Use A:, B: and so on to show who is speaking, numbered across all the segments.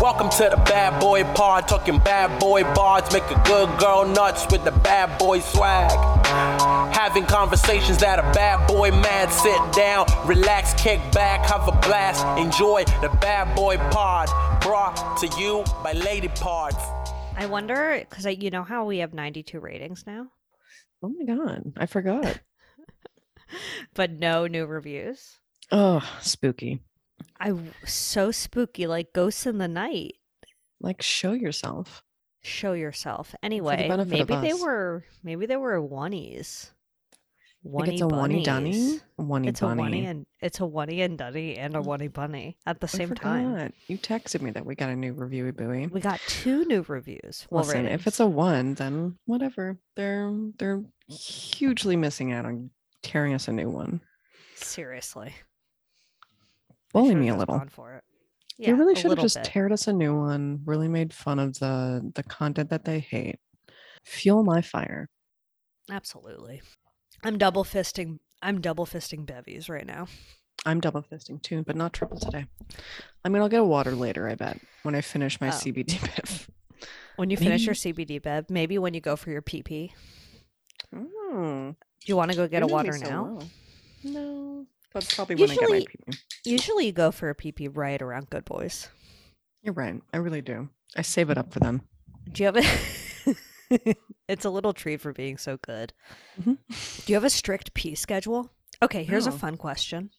A: Welcome to the bad boy pod, talking bad boy bards, make a good girl nuts with the bad boy swag. Having conversations that a bad boy mad, sit down, relax, kick back, have a blast, enjoy the bad boy pod, brought to you by Lady Parts.
B: I wonder because I, you know how we have 92 ratings now,
C: Oh my god, I forgot.
B: but no new reviews.
C: Oh, spooky.
B: I w- so spooky, like ghosts in the night.
C: Like show yourself.
B: Show yourself. Anyway,
C: benefit of
B: maybe they
C: us.
B: were maybe they were oneies. One
C: like it's a oney dunny. Oney
B: It's a
C: bunny. Mm.
B: oney and it's a oney and dunny and a oney bunny at the
C: I
B: same time.
C: forgot. You texted me that we got a new reviewy buoy.
B: We got two new reviews. Well,
C: Listen, if it's a one, then whatever. They're they're hugely missing out on tearing us a new one.
B: seriously, they
C: Bully
B: should've
C: me a
B: just
C: little.
B: gone for it.
C: they really
B: a
C: should have
B: little
C: just
B: bit.
C: teared us a new one. Really made fun of the the content that they hate. Fuel my fire.
B: Absolutely. I'm double fisting. I'm double fisting bevies right now.
C: I'm double fisting too, but not triple today. I mean, I'll get a water later, I bet, when I finish my
B: Oh.
C: CBD piff.
B: When you finish your CBD bev, maybe when you go for your PP,
C: Mm,
B: do you want to go Hmm. get
C: you
B: a
C: know me
B: water
C: so
B: now?
C: well. No, that's probably when I
B: Usually-
C: get my PP.
B: Usually you go for a PP right around Good Boys.
C: You're right. I really do. I save it up for them.
B: Do you have a It's a little treat for being so good.
C: Mhm.
B: Do you have a strict pee schedule? Okay, here's a
C: No.
B: fun question.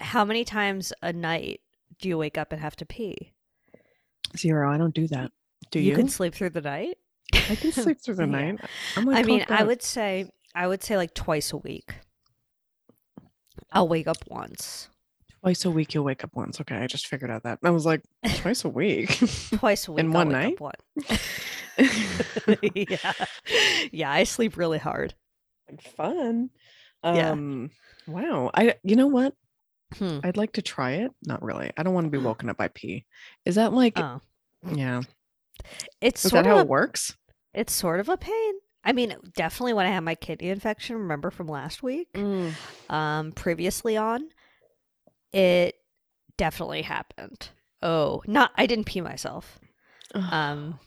B: How many times a night do you wake up and have to pee?
C: Zero. I don't do that. Do you?
B: you can sleep through the night?
C: I can sleep through the
B: Yeah.
C: night. I'm like
B: I mean,
C: clocked
B: I
C: out.
B: would say I would say like twice a week. I'll wake up once.
C: twice a week. You'll wake up once. Okay, I just figured out that. I was like, twice a week.
B: Twice a week.
C: In
B: I'll
C: one
B: wake up
C: night?
B: one. yeah. Yeah, I sleep really hard.
C: Fun.
B: Yeah.
C: Um. Wow. I. You know what?
B: Hmm.
C: I'd like to try it. Not really. I don't want to be woken up by pee. Is that like
B: Oh.
C: yeah?
B: It's
C: Is
B: sort
C: that how
B: of
C: it
B: a,
C: works?
B: it's sort of a pain. I mean, definitely when I had my kidney infection, remember from last week?
C: Mm.
B: Um previously on, it definitely happened. Oh, not I didn't pee myself.
C: Ugh,
B: Um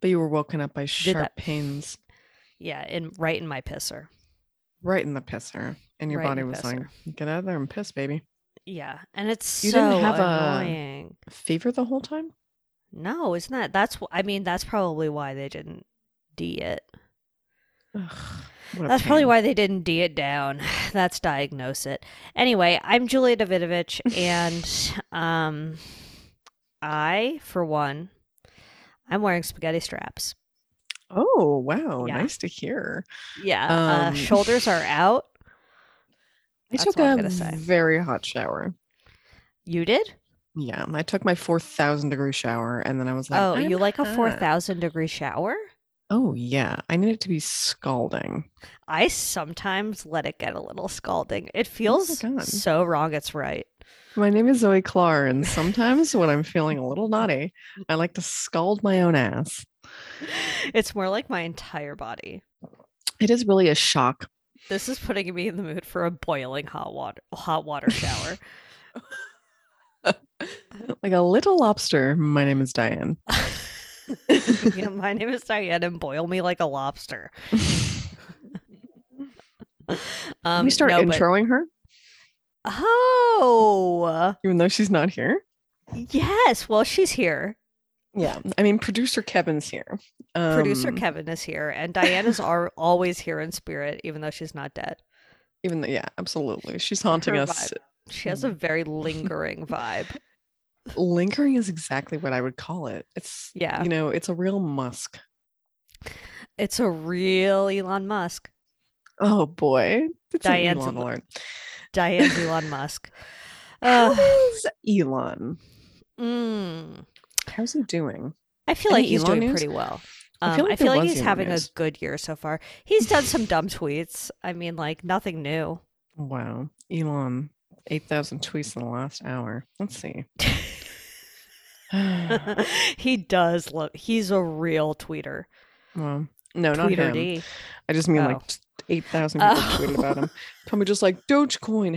C: but you were woken up by sharp
B: that-
C: pains
B: yeah, in right in my pisser.
C: right in the pisser, and your
B: Right in
C: body
B: the
C: was
B: pisser.
C: like, "Get out of there and piss, baby."
B: Yeah, and it's
C: You
B: so
C: didn't have a-
B: annoying.
C: Fever the whole time.
B: No, isn't that that's wh- I mean that's probably why they didn't D it.
C: Ugh, what a
B: That's probably
C: pain.
B: why they didn't D it down. That's diagnose it. Anyway, I'm Julia Davidovich, and um, I for one, I'm wearing spaghetti straps.
C: Oh wow,
B: Yeah.
C: nice to hear.
B: Yeah, uh,
C: Um,
B: shoulders are out.
C: I
B: That's
C: took
B: what I'm
C: a
B: gonna say.
C: very hot shower.
B: You did?
C: Yeah, I took my four thousand degree shower, and then I was like,
B: oh, you
C: "I'm
B: like a four
C: hot."
B: thousand degree shower?
C: Oh yeah, I need it to be scalding.
B: I sometimes let it get a little scalding. It
C: Oh my
B: feels
C: God.
B: so wrong. It's right.
C: My name is Zoe Clar, and sometimes when I'm feeling a little naughty, I like to scald my own ass.
B: It's more like my entire body.
C: It is really a shock.
B: This is putting me in the mood for a boiling hot water hot water shower.
C: Like a little lobster, my name is Diane.
B: you know, my name is Diane and boil me like a lobster. Um
C: we start
B: no, but-
C: introing her,
B: Oh
C: even though she's not here.
B: yes. Well she's here.
C: Yeah. I mean, producer Kevin's here. Um,
B: Producer Kevin is here and Diane is al- always here in spirit, even though she's not dead.
C: Even though, yeah, absolutely. She's haunting
B: Her
C: us.
B: She has
C: Hmm.
B: a very lingering vibe.
C: Lingering is exactly what I would call it. It's,
B: Yeah.
C: you know, it's a real musk.
B: It's a real Elon Musk.
C: Oh boy. It's an
B: Diane's
C: Elon
B: a-
C: alert.
B: Diane's Elon Musk.
C: How
B: Uh,
C: is Elon?
B: mm.
C: How's he doing?
B: I feel
C: Any
B: like he's
C: Elon
B: doing
C: news?
B: pretty well. Um,
C: I
B: I
C: feel
B: feel like,
C: like there was
B: he's
C: Elon
B: having
C: news.
B: a good year so far. He's done some dumb tweets. I mean, like nothing new.
C: Wow. Elon, 8,000 tweets in the last hour. Let's see. well,
B: he does look. He's a real tweeter.
C: no, not
B: Tweeter
C: him.
B: D.
C: I just mean
B: Oh.
C: like t- eight thousand people
B: Oh.
C: tweeted about him. Tommy just like Dogecoin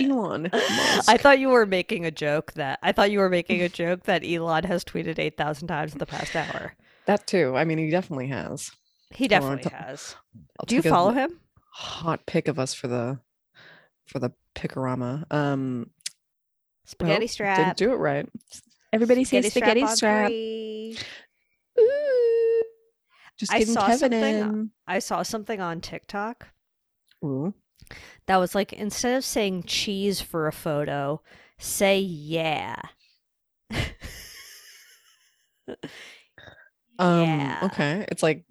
C: Elon.
B: I thought you were making a joke that I thought you were making a joke that Elon has tweeted eight thousand times in the past hour.
C: that too. I mean, he definitely has.
B: He
C: Hold on,
B: definitely
C: it's a-
B: has.
C: I'll
B: Do you
C: take a
B: follow him?
C: Hot pick of us for the for the pickorama. Um, well,
B: Spaghetti
C: didn't
B: strap.
C: do it right.
D: Everybody say spaghetti
B: on
D: strap.
B: three.
C: Ooh, just
B: I
C: getting
B: saw
C: Kevin
B: something- uh, I saw something on TikTok
C: in. Ooh.
B: that was like instead of saying cheese for a photo, say yeah.
C: Um,
B: Yeah.
C: Okay. It's like,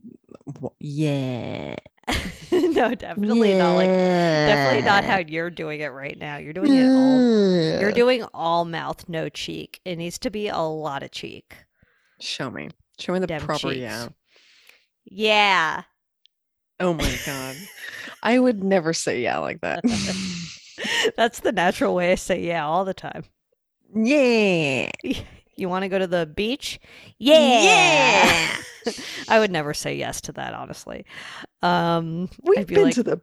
C: wh- yeah.
B: no, definitely not like definitely not how you're doing it right now. You're doing it all
C: Mm.
B: you're doing all mouth, no cheek. It needs to be a lot of cheek.
C: Show me. Show me the
B: Dem
C: proper
B: cheeks.
C: yeah.
B: Yeah.
C: Oh my god. I would never say yeah like that.
B: That's the natural way I say yeah all the time.
C: yeah.
B: You want to go to the beach? Yeah.
C: Yeah.
B: I would never say yes to that, honestly. Um,
C: We've
B: I'd be
C: been
B: like,
C: to the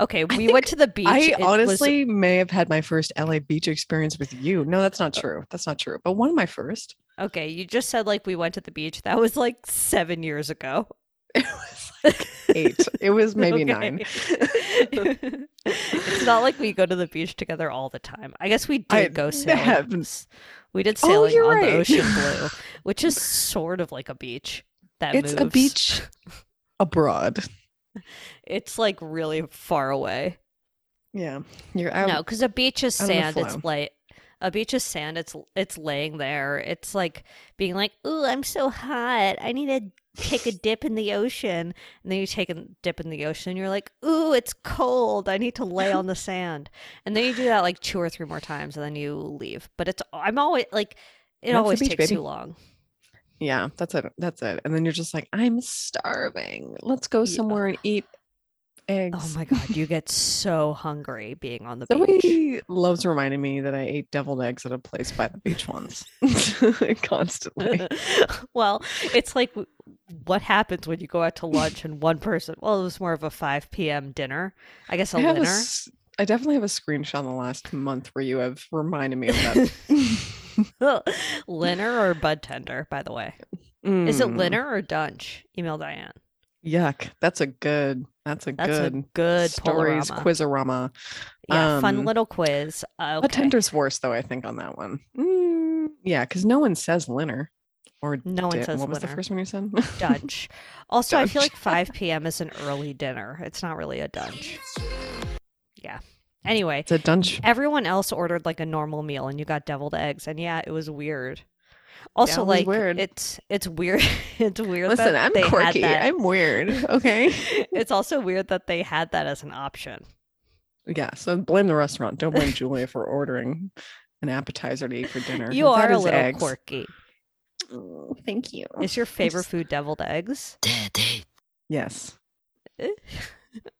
B: okay, we
C: I
B: went to the beach.
C: I
B: It was-
C: honestly may have had my first LA beach experience with you. No, that's not
B: Oh.
C: true. That's not true. But one of my first.
B: okay, you just said like we went to the beach. That was like seven years ago.
C: It was like eight. It was maybe
B: Okay.
C: nine.
B: it's not like we go to the beach together all the time. I guess we did
C: I-
B: go
C: that
B: sailing.
C: happens.
B: We did
C: Oh,
B: sailing
C: you're
B: on
C: right.
B: the ocean blue, which is sort of like a beach. That
C: It's a
B: moves.
C: beach abroad.
B: It's like really far away.
C: Yeah. You're out.
B: no, because a beach is
C: out on the
B: sand. It's
C: flow.
B: like a beach is sand. It's it's laying there. It's like being like, "Ooh, I'm so hot. I need to take a dip in the ocean." And then you take a dip in the ocean. And you're like, "Ooh, it's cold. I need to lay on the sand." And then you do that like two or three more times, and then you leave. But it's I'm always like, it
C: That's the
B: always
C: beach,
B: takes
C: baby.
B: too long.
C: Yeah, that's it. That's it. And then you're just like, I'm starving. Let's go
B: Yeah.
C: somewhere and eat eggs.
B: Oh my god, you get so hungry being on the beach.
C: Zoe loves reminding me that I ate deviled eggs at a place by the beach once, constantly.
B: well, it's like w- what happens when you go out to lunch and one person. Well, it was more of a five p.m. dinner, I guess a
C: I, have a
B: dinner.
C: s- I definitely have a screenshot in the last month where you have reminded me of that.
B: Linner or bud tender, by the way. Is it
C: Mm,
B: Linner or Dunch? Email Diane.
C: Yuck. That's a good, that's a
B: That's
C: good,
B: a good
C: stories
B: Polarama.
C: quizorama.
B: Yeah,
C: um,
B: fun little quiz. Uh,
C: But
B: okay.
C: tender's worse though, I think, on that one. Mm, yeah, because no one says linner or
B: No one
C: Di-
B: says
C: what was the
B: winner.
C: first one you said?
B: Dunch. Also, I feel
C: Dunch.
B: like 5 p.m. is an early dinner. It's not really a dunch. Yeah. Anyway,
C: it's a dunch.
B: everyone else ordered like a normal meal and you got deviled eggs and yeah it was weird also
C: it was
B: like
C: weird.
B: it's it's weird it's weird
C: Listen,
B: that
C: I'm
B: they had
C: quirky.
B: that-
C: I'm weird. Okay.
B: it's also weird that they had that as an option
C: yeah. So blame the restaurant. Don't blame Julia for ordering an appetizer to eat for dinner.
B: you
C: That
B: are a
C: is
B: little
C: eggs.
B: quirky
C: Oh, thank you.
B: is your favorite
C: just-
B: food deviled eggs
C: Yes.
B: Eh?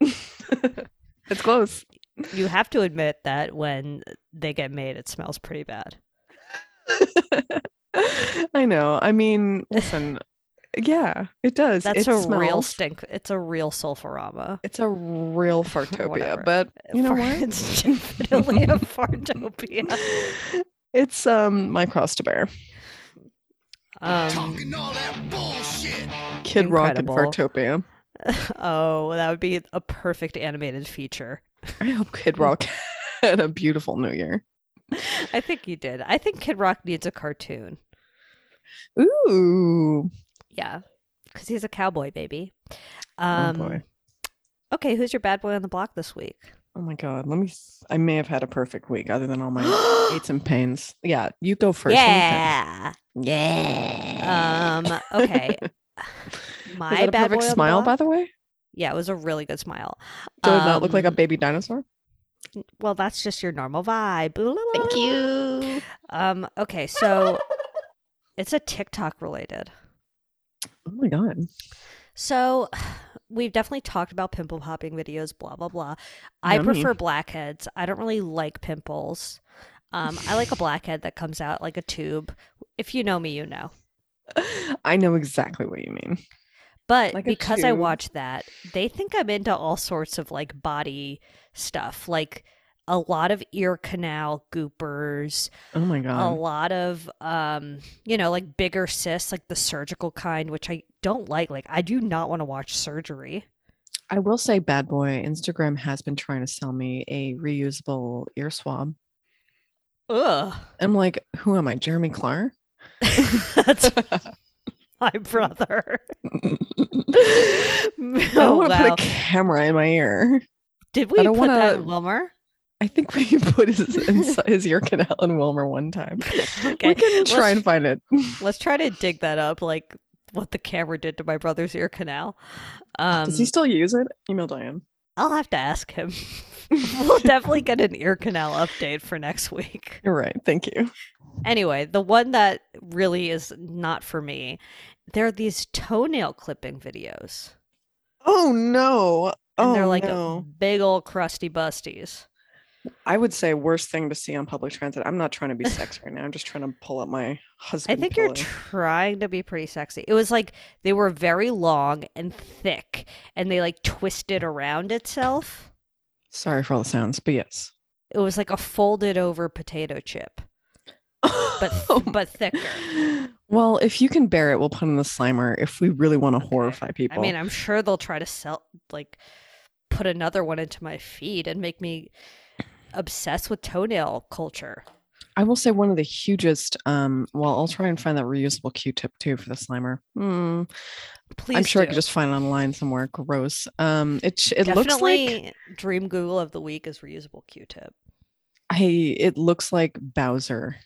C: it's close.
B: you have to admit that when they get made it smells pretty bad
C: I know. I mean, listen. Yeah, it does.
B: that's
C: it
B: a real
C: smells-
B: stink it's a real sulfurama
C: It's a real fartopia,
B: Whatever.
C: but you know
B: Fart-
C: what?
B: it's definitely a fartopia
C: It's um my cross to bear.
B: um
C: Kid Rock
B: Incredible.
C: and Fartopia.
B: oh, that would be a perfect animated feature.
C: I hope Kid Rock had a beautiful new year.
B: I think you did. I think Kid Rock needs a cartoon.
C: Ooh.
B: Yeah. Because he's a cowboy, baby.
C: Oh,
B: Um,
C: boy.
B: Okay, who's your bad boy on the block this week?
C: Oh my god. Let me s- I may have had a perfect week other than all my aches and pains. Yeah, you go first. Let me think.
B: yeah.
C: Yeah.
B: Um, okay. My
C: Was that
B: bad
C: a
B: boy
C: perfect
B: on the
C: smile, by
B: block?
C: the way?
B: Yeah, it was a really good smile.
C: Did it not look like a
B: Um,
C: baby dinosaur?
B: Well, that's just your normal vibe.
D: Thank you.
B: Um, okay, so it's a TikTok related.
C: Oh my god.
B: So we've definitely talked about pimple popping videos, blah blah blah. I
C: Yummy.
B: prefer blackheads. I don't really like pimples. Um, I like a blackhead that comes out like a tube. If you know me, you know.
C: I know exactly what you mean.
B: But
C: Like a
B: because I
C: tube.
B: watch that, they think I'm into all sorts of like body stuff, like a lot of ear canal goopers,
C: Oh my
B: a
C: god.
B: lot of um, you know, like bigger cysts, like the surgical kind, which I don't like. Like I do not want to watch surgery.
C: I will say, bad boy. Instagram has been trying to sell me a reusable ear swab.
B: Ugh.
C: I'm like, who am I, Jeremy Clark?
B: That's my brother.
C: I don't
B: Oh,
C: want to
B: wow.
C: put a camera in my ear.
B: Did we put
C: don't
B: that
C: wanna-
B: in Wilmer?
C: I think we put his inside his ear canal in Wilmer one time.
B: Okay.
C: We can
B: Let's-
C: try and find it.
B: Let's try to dig that up, like what the camera did to my brother's ear canal. Um,
C: Does he still use it? Email Diane.
B: I'll have to ask him. we'll definitely get an ear canal update for next week.
C: You're right. Thank you.
B: Anyway, the one that really is not for me, there are these toenail clipping videos.
C: Oh no.
B: And
C: Oh
B: they're like
C: no.
B: big old crusty busties.
C: I would say worst thing to see on public transit. I'm not trying to be sex right now. I'm just trying to pull up my
B: I
C: husband.
B: think you're
C: pillow.
B: trying to be pretty sexy. It was like they were very long and thick and they like twisted around itself.
C: Sorry for all the sounds, but yes.
B: It was like a folded over potato chip, but
C: Oh my-
B: but thicker.
C: Well, if you can bear it, we'll put in the slimer if we really want to
B: Okay.
C: horrify people.
B: I mean, I'm sure they'll try to sell like put another one into my feed and make me obsessed with toenail culture.
C: I will say one of the hugest. Um, well, I'll try and find that reusable Q-tip too for the slimer. Hmm,
B: Please,
C: I'm sure I
B: do.
C: could just find it online somewhere. Gross. Um, it sh- it looks
B: definitely
C: like
B: dream Google of the week is reusable Q-tip.
C: I. It looks like Bowser.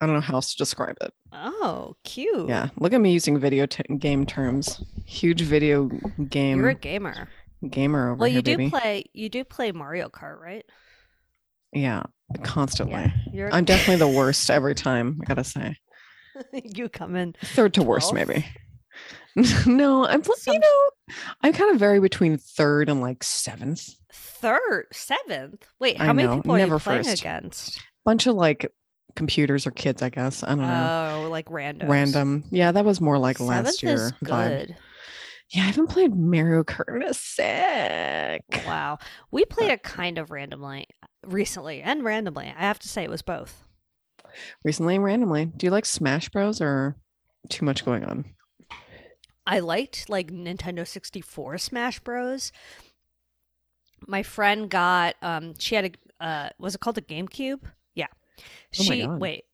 C: I don't know how else to describe it.
B: Oh, cute!
C: Yeah, look at me using video t- game terms. Huge video game
B: you're a gamer.
C: gamer over
B: Well,
C: here,
B: you do
C: baby.
B: play you do play Mario Kart, right?
C: yeah, constantly.
B: You're,
C: I'm definitely the worst every time. I gotta say,
B: you come in.
C: third to worst,
B: Twelfth?
C: maybe. no, I'm. pl-
B: Some-
C: You know, I kind of vary between third and like seventh.
B: third, seventh. Wait,
C: I
B: how many
C: know,
B: people are you
C: never
B: playing
C: first.
B: against?
C: bunch of like computers or kids, I guess. I don't
B: Oh,
C: know.
B: like randoms.
C: Random. Yeah, that was more like
B: Seventh
C: last year.
B: is
C: vibe.
B: good.
C: Yeah, I haven't played Mario Kart in a sec.
B: Wow, we played it kind of randomly recently, and randomly. I have to say, it was both.
C: Recently and randomly. Do you like Smash Bros or too much going on?
B: I liked like Nintendo 64 Smash Bros. My friend got um she had a uh was it called a GameCube? Yeah.
C: Oh my
B: She
C: God.
B: wait,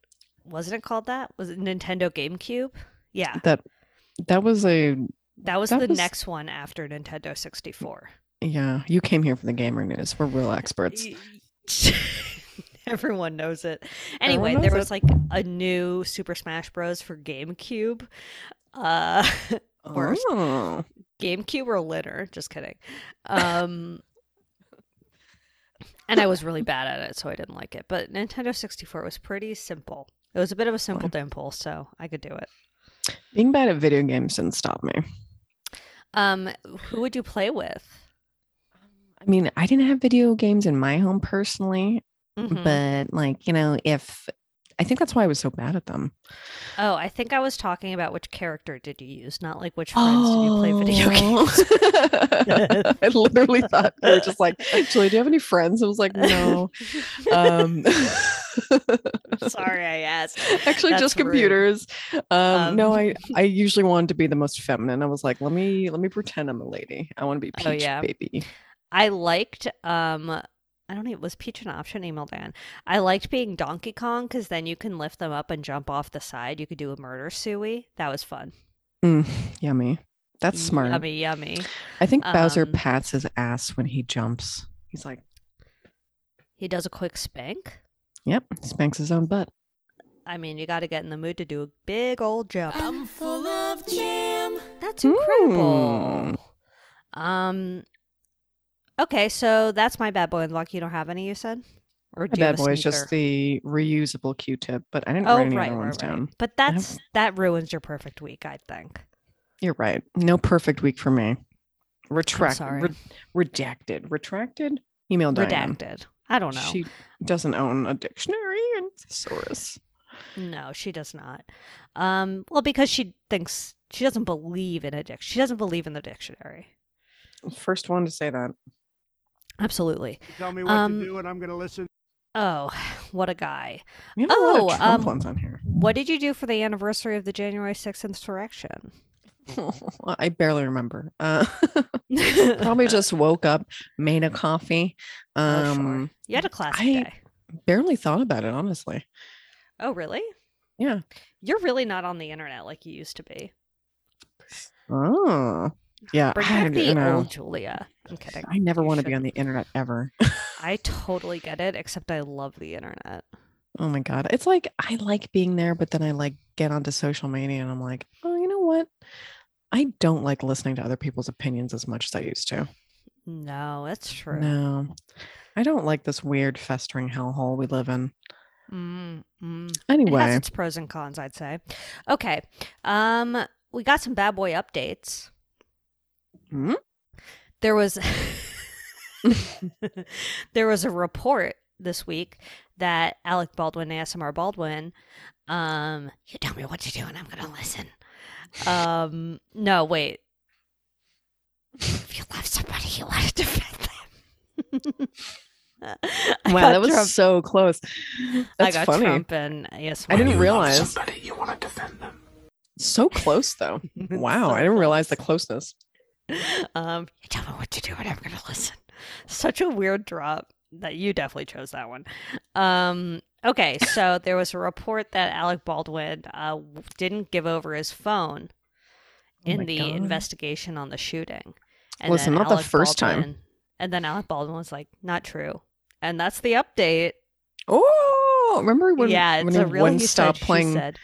B: wasn't it called that? Was it Nintendo GameCube? Yeah.
C: That that was a
B: That was
C: That
B: the
C: was-
B: next one after Nintendo 64.
C: yeah, you came here for the gamer news. We're real experts.
B: Everyone knows it.
C: Everyone
B: Anyway,
C: knows
B: there
C: it.
B: was like a new Super Smash Bros for GameCube. Uh worst.
C: Oh.
B: GameCube or litter. Just kidding. Um, and I was really bad at it, so I didn't like it. But Nintendo 64 was pretty simple. It was a bit of a simple dimple, so I could do it.
C: Being bad at video games didn't stop me.
B: Um, who would you play with?
C: I mean, I didn't have video games in my home personally,
B: Mhm.
C: but like, you know, if I think that's why I was so bad at them.
B: oh, I think I was talking about which character did you use, not like which friends did you play video games.
C: games? I literally thought we were just like, Julie, do you have any friends? I was like, no. Um,
B: Sorry, I asked.
C: actually,
B: That's
C: just
B: rude.
C: computers. Um, no,
B: Um.
C: I I usually wanted to be the most feminine. I was like, let me let me pretend I'm a lady. I want to be
B: Oh,
C: peach
B: yeah.
C: baby.
B: I liked um I don't know, was Peach an option? Email Dan. I liked being Donkey Kong because then you can lift them up and jump off the side. You could do a murder suey. That was fun.
C: Mm, yummy. That's smart.
B: Mm, Yummy, yummy.
C: I think Bowser
B: Um,
C: pats his ass when he jumps. He's like,
B: He does a quick spank.
C: yep, spanks his own butt.
B: I mean, you got to get in the mood to do a big old jump.
E: I'm full of jam.
B: That's incredible.
C: Hmm.
B: Um, okay, so that's my bad boy and luck. You don't have any, you said, or
C: My
B: do you
C: bad
B: have a
C: boy is just
B: sneaker?
C: the reusable Q-tip, but I didn't
B: oh
C: write any
B: right,
C: other
B: right,
C: ones
B: right.
C: down.
B: But
C: have-
B: that's that ruins your perfect week, I think.
C: You're right. No perfect week for me. Retract,
B: sorry.
C: re- redacted, retracted. Email Diane.
B: Redacted. I don't know.
C: She doesn't own a dictionary and thesaurus.
B: No, she does not. Um, well, because she thinks She doesn't believe in addiction. She doesn't believe in the dictionary.
C: First one to say that.
B: Absolutely.
F: Tell me what
B: Um,
F: to do, and I'm going to listen.
B: Oh, what a guy.
C: You know a lot
B: Oh,
C: of Trump
B: um,
C: ones on here.
B: What did you do for the anniversary of the January 6th insurrection?
C: I barely remember. Uh, probably just woke up, made a coffee.
B: Oh, sure.
C: Um,
B: You had a classic
C: I-
B: day.
C: barely thought about it, honestly.
B: Oh, really?
C: Yeah.
B: You're really not on the internet like you used to be.
C: Oh, yeah.
B: Bring
C: I,
B: back
C: you
B: the
C: know,
B: old Julia. I'm kidding.
C: I never
B: You
C: want to be on the
B: shouldn't.
C: internet ever.
B: I totally get it, except I love the internet.
C: Oh my god, it's like I like being there, but then I like get onto social media and I'm like, oh, you know what? I don't like listening to other people's opinions as much as I used to.
B: No, that's true.
C: No, I don't like this weird festering hellhole we live in.
B: Mm, mm. It has
C: Anyway,
B: its pros and cons, I'd say. Okay. Um, we got some bad boy updates.
C: Hmm?
B: There was there was a report this week that Alec Baldwin, ASMR Baldwin, um, you tell me what to do and I'm gonna listen. Um, no, wait. If you love somebody, you want to defend them. I
C: wow,
B: got
C: that was
B: Trump-
C: so close. That's
B: I got
C: funny.
B: Trump and ASMR.
C: I didn't realize
A: Somebody you want to defend them.
C: so close though. Wow, I didn't realize the close.
B: um, you tell me what to do and I'm gonna listen. Such a weird drop that you definitely chose that one. Um, okay, so there was a report that Alec Baldwin uh, w- didn't give over his phone
C: Oh
B: in
C: my
B: the
C: God.
B: investigation on the shooting.
C: Listen,
B: then
C: not the first time.
B: Baldwin- And then Alec Baldwin was like, "Not true," and that's the update.
C: Oh, remember when?
B: yeah,
C: when
B: it's
C: he
B: a real
C: wouldn't
B: he
C: stop
B: said, she
C: playing
B: said.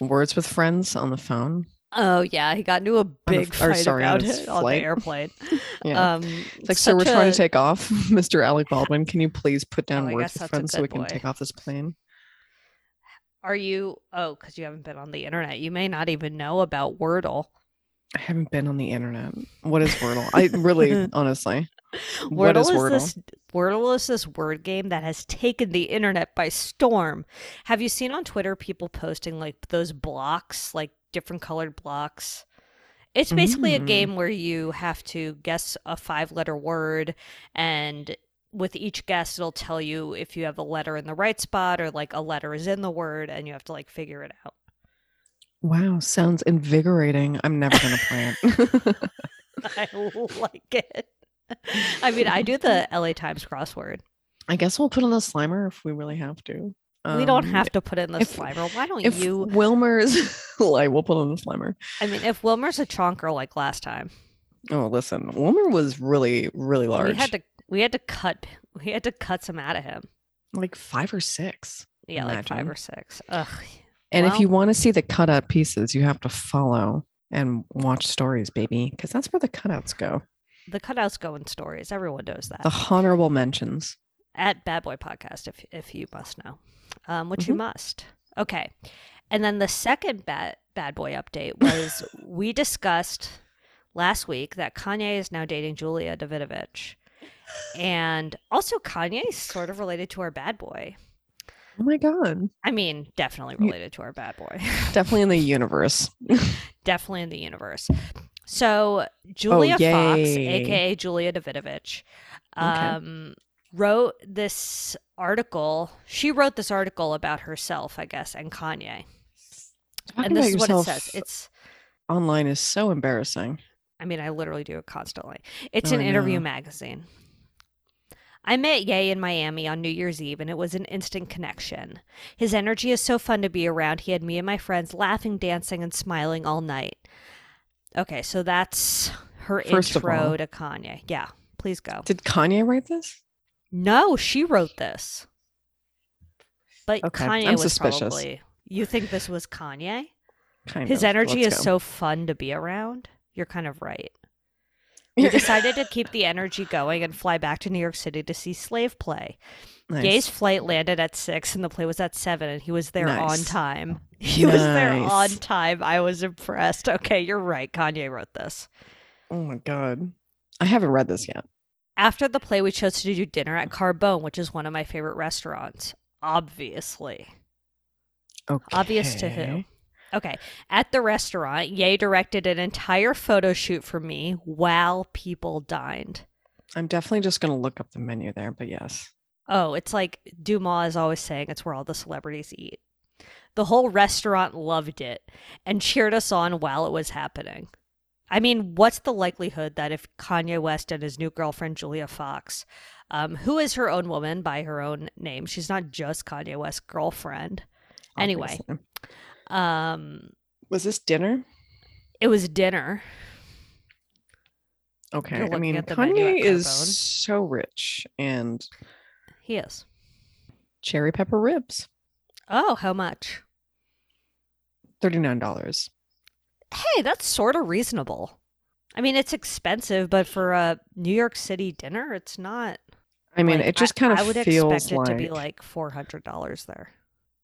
C: Words with Friends on the phone.
B: Oh yeah, he got into a big
C: f- or
B: fight
C: sorry, on
B: about
C: his
B: it on the
C: flight.
B: airplane.
C: Yeah.
B: Um,
C: It's like, sir, we're
B: such
C: trying
B: a-
C: to take off. Mr. Alec Baldwin, can you please put down
B: Oh, I guess
C: words with
B: that's a
C: friends so we
B: good
C: can
B: boy.
C: take off this plane?
B: Are you? Oh, because you haven't been on the internet. You may not even know about Wordle.
C: I haven't been on the internet. What is Wordle? I really, honestly,
B: Wordle
C: What is Wordle?
B: this Wordle is this word game that has taken the internet by storm. Have you seen on Twitter people posting like those blocks, like different colored blocks? It's basically a
C: Mm.
B: game where you have to guess a five letter word and with each guess it'll tell you if you have a letter in the right spot or like a letter is in the word and you have to like figure it out.
C: wow, sounds invigorating. I'm never going to play it.
B: I like it. I mean, I do the LA Times crossword.
C: I guess we'll put on the Slimer if we really have to.
B: we don't
C: Um,
B: have to put in the
C: if-
B: Slimer. Why don't
C: If
B: you?
C: Wilmer's, like, we'll put on the Slimer.
B: I mean, if Wilmer's a chonker like last time,
C: Oh, listen, Wilmer was really, really large.
B: we had to we had to cut we had to cut some out of him.
C: like five or six.
B: Yeah, like five
C: Imagine.
B: or six. Ugh.
C: And if
B: Well-
C: you want to see the cutout pieces, you have to follow and watch stories, baby, because that's where the cutouts go.
B: The cutouts go in stories. Everyone knows that.
C: The honorable mentions.
B: At Bad Boy Podcast, if if you must know, um, which you must. Okay, and then the second bad Bad Boy update was we discussed last week that Kanye is now dating Julia Davidovich, and also Kanye is sort of related to our Bad Boy.
C: Oh my god.
B: I mean, definitely
C: You-
B: related to our bad boy.
C: Definitely in the universe.
B: definitely in the universe. So Julia Fox,
C: Oh, yay.
B: aka Julia Davidovich, um, wrote this article. She wrote this article about herself, I guess, and Kanye.
C: Talking
B: and this
C: about
B: is what it
C: yourself
B: says. It's
C: online is so embarrassing.
B: I mean, I literally do it constantly. It's
C: Oh,
B: an
C: I
B: interview
C: know.
B: magazine. I met Ye in Miami on New Year's Eve, and it was an instant connection. His energy is so fun to be around. He had me and my friends laughing, dancing, and smiling all night. Okay, so that's her
C: First of
B: intro
C: all-
B: to Kanye. Yeah, please go.
C: Did Kanye write this?
B: No, she wrote this. But
C: Okay,
B: Kanye
C: I'm
B: was
C: suspicious.
B: probably. You think this was Kanye?
C: Kind
B: His
C: of.
B: energy is
C: Let's go.
B: so fun to be around. You're kind of right. We decided to keep the energy going and fly back to New York City to see Slave Play.
C: Nice.
B: Gay's flight landed at six and the play was at seven, and he was there on
C: Nice.
B: time. He was there on
C: Nice.
B: time. I was impressed. Okay, you're right. Kanye wrote this.
C: Oh my god. I haven't read this yet.
B: After the play, we chose to do dinner at Carbone, which is one of my favorite restaurants. Obviously.
C: Okay.
B: Obvious to who? Okay. At the restaurant, Ye directed an entire photo shoot for me while people dined.
C: I'm definitely just going to look up the menu there, but yes.
B: Oh, it's like Dumas is always saying it's where all the celebrities eat. The whole restaurant loved it and cheered us on while it was happening. I mean, what's the likelihood that if Kanye West and his new girlfriend Julia Fox, um, who is her own woman by her own name, she's not just Kanye West's girlfriend. Anyway,
C: obviously.
B: um,
C: was this dinner?
B: it was dinner.
C: Okay. I
B: looking
C: mean,
B: at the menu
C: Kanye
B: at
C: is
B: Carbone.
C: so rich and
B: He is.
C: cherry pepper ribs,
B: Oh, how much?
C: $39.
B: Hey, that's sort of reasonable. I mean, it's expensive, but for a New York City dinner, it's not.
C: I mean,
B: like,
C: it just kind of
B: I would
C: feels
B: expect
C: like,
B: it to be like four hundred dollars there.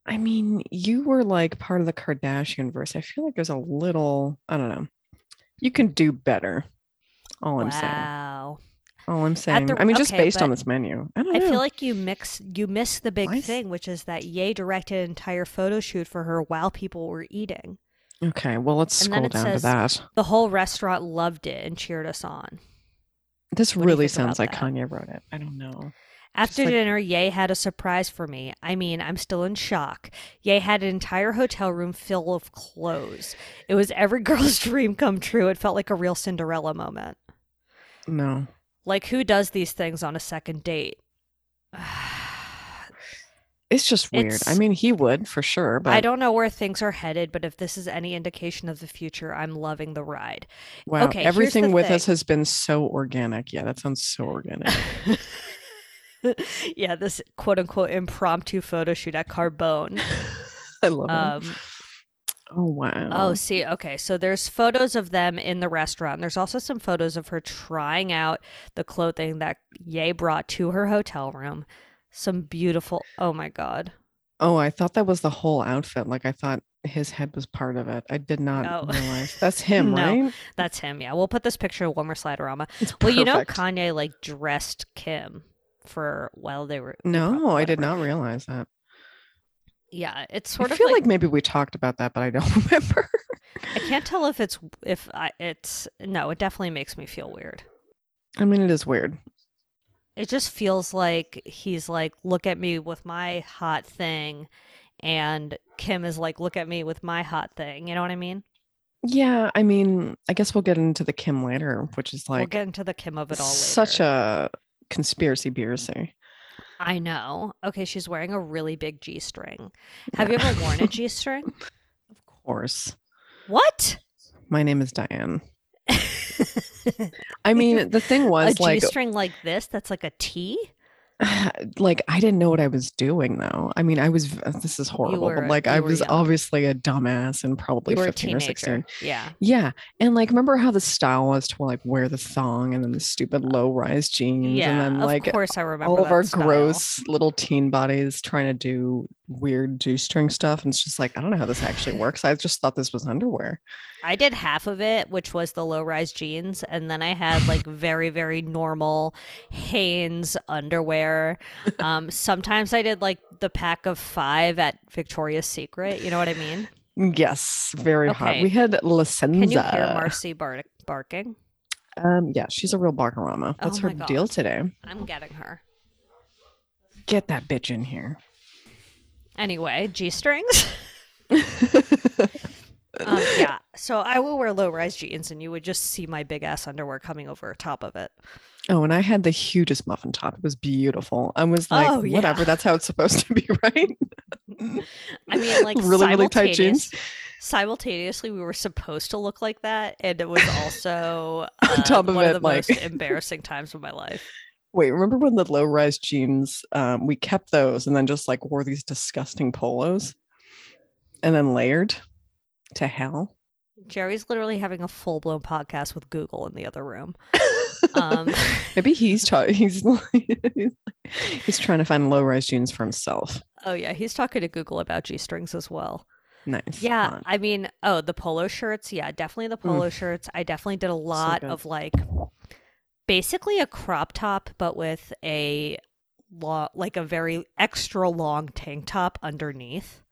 C: I mean, you were like part of the Kardashian verse. I feel like there's a little, I don't know. You can do better. All Oh, I'm saying.
B: wow,
C: All I'm saying.
B: the-
C: I mean, just
B: okay,
C: based on
B: but
C: this menu. I don't
B: I
C: know.
B: feel like you mix you miss the big
C: Why is-
B: thing, which is that Ye directed an entire photo shoot for her while people were eating.
C: okay, well, let's
B: and then
C: scroll
B: it
C: down
B: says-
C: to that.
B: The whole restaurant loved it and cheered us on.
C: This
B: What do you
C: really
B: think
C: sounds like
B: about that?
C: Kanye wrote it. I don't know.
B: After
C: like-
B: dinner, Ye had a surprise for me. I mean, I'm still in shock. Ye had an entire hotel room full of clothes. It was every girl's dream come true. It felt like a real Cinderella moment.
C: No.
B: Like, who does these things on a second date?
C: It's just weird. I
B: It's-
C: mean, he would for sure, but
B: I don't know where things are headed, but if this is any indication of the future, I'm loving the ride.
C: wow.
B: okay, here's the
C: everything with us
B: thing.
C: has been so organic. Yeah, that sounds so organic.
B: yeah, this quote unquote impromptu photo shoot at Carbone.
C: I love
B: Um,
C: it. Oh wow.
B: Oh, see, okay. So there's photos of them in the restaurant. There's also some photos of her trying out the clothing that Ye brought to her hotel room. Some beautiful. Oh my god.
C: Oh, I thought that was the whole outfit. Like I thought his head was part of it. I did not
B: No.
C: realize that's him,
B: No.
C: right?
B: That's him. Yeah, we'll put this picture of Wilmer Sliderama.
C: It's
B: Well, you know,
C: perfect.
B: Kanye like dressed Kim for while they were.
C: no, I did
B: whatever.
C: not realize that.
B: Yeah, it's sort
C: I
B: of
C: feel
B: like,
C: like maybe we talked about that, but I don't remember.
B: I can't tell if it's if I it's no. It definitely makes me feel weird.
C: I mean, it is weird.
B: it just feels like he's like look at me with my hot thing and kim is like look at me with my hot thing you know what i mean
C: Yeah, I mean, I guess we'll get into the Kim later, which is
B: we'll
C: like
B: get into the kim of it all later.
C: such a conspiracy beercy.
B: i know okay she's wearing a really big g-string have you ever worn a g-string
C: Of course.
B: what
C: My name is Diane.
B: a
C: I mean, the thing was like
B: g-string like this that's like a t
C: like I didn't know what I was doing though. I mean, I was v- this is horrible,
B: were-
C: but like I
B: you were
C: was
B: young.
C: obviously a dumbass and probably
B: you were a
C: 15 or 16.
B: teenager yeah
C: Yeah. And like remember how the style was to like wear the thong and then the stupid low rise jeans
B: Uh, yeah
C: and then like
B: of course i remember
C: all of
B: that
C: our
B: style.
C: gross little teen bodies trying to do weird G string stuff. And it's just like, I don't know how this actually works. I just thought this was underwear.
B: I did half of it, which was the low rise jeans, and then I had like very, very normal Hanes underwear. Um, sometimes I did like the pack of five at Victoria's Secret. You know what I mean?
C: Mm, Yes, very hot.
B: Okay.
C: We had Licenza.
B: Can you hear Marcy bar- barking?
C: Um, yeah, she's a real barkarama.
B: Oh
C: What's her
B: my God.
C: deal today?
B: I'm getting her.
C: Get that bitch in here.
B: Anyway, G strings. um, yeah. So I will wear low rise jeans, and you would just see my big ass underwear coming over top of it.
C: Oh, and I had the hugest muffin top. It was beautiful. I was like,
B: Oh, yeah.
C: whatever, that's how it's supposed to be, right?
B: I mean, like
C: really, really tight jeans.
B: simultaneous- Simultaneously, we were supposed to look like that, and it was also uh,
C: top of
B: one
C: it,
B: of the
C: like-
B: most embarrassing times of my life.
C: Wait, remember when the low rise jeans, um, we kept those and then just like wore these disgusting polos and then layered to hell?
B: Jerry's literally having a full blown podcast with Google in the other room. Um,
C: Maybe he's trying, he's, he's, he's trying to find low rise jeans for himself.
B: oh yeah, he's talking to Google about g strings as well.
C: Nice.
B: Yeah,
C: fun. Mm.
B: I mean, oh the polo shirts. Yeah, definitely the polo shirts. I definitely did a lot
C: good.
B: of like basically a crop top, but with a long, like a very extra long tank top underneath.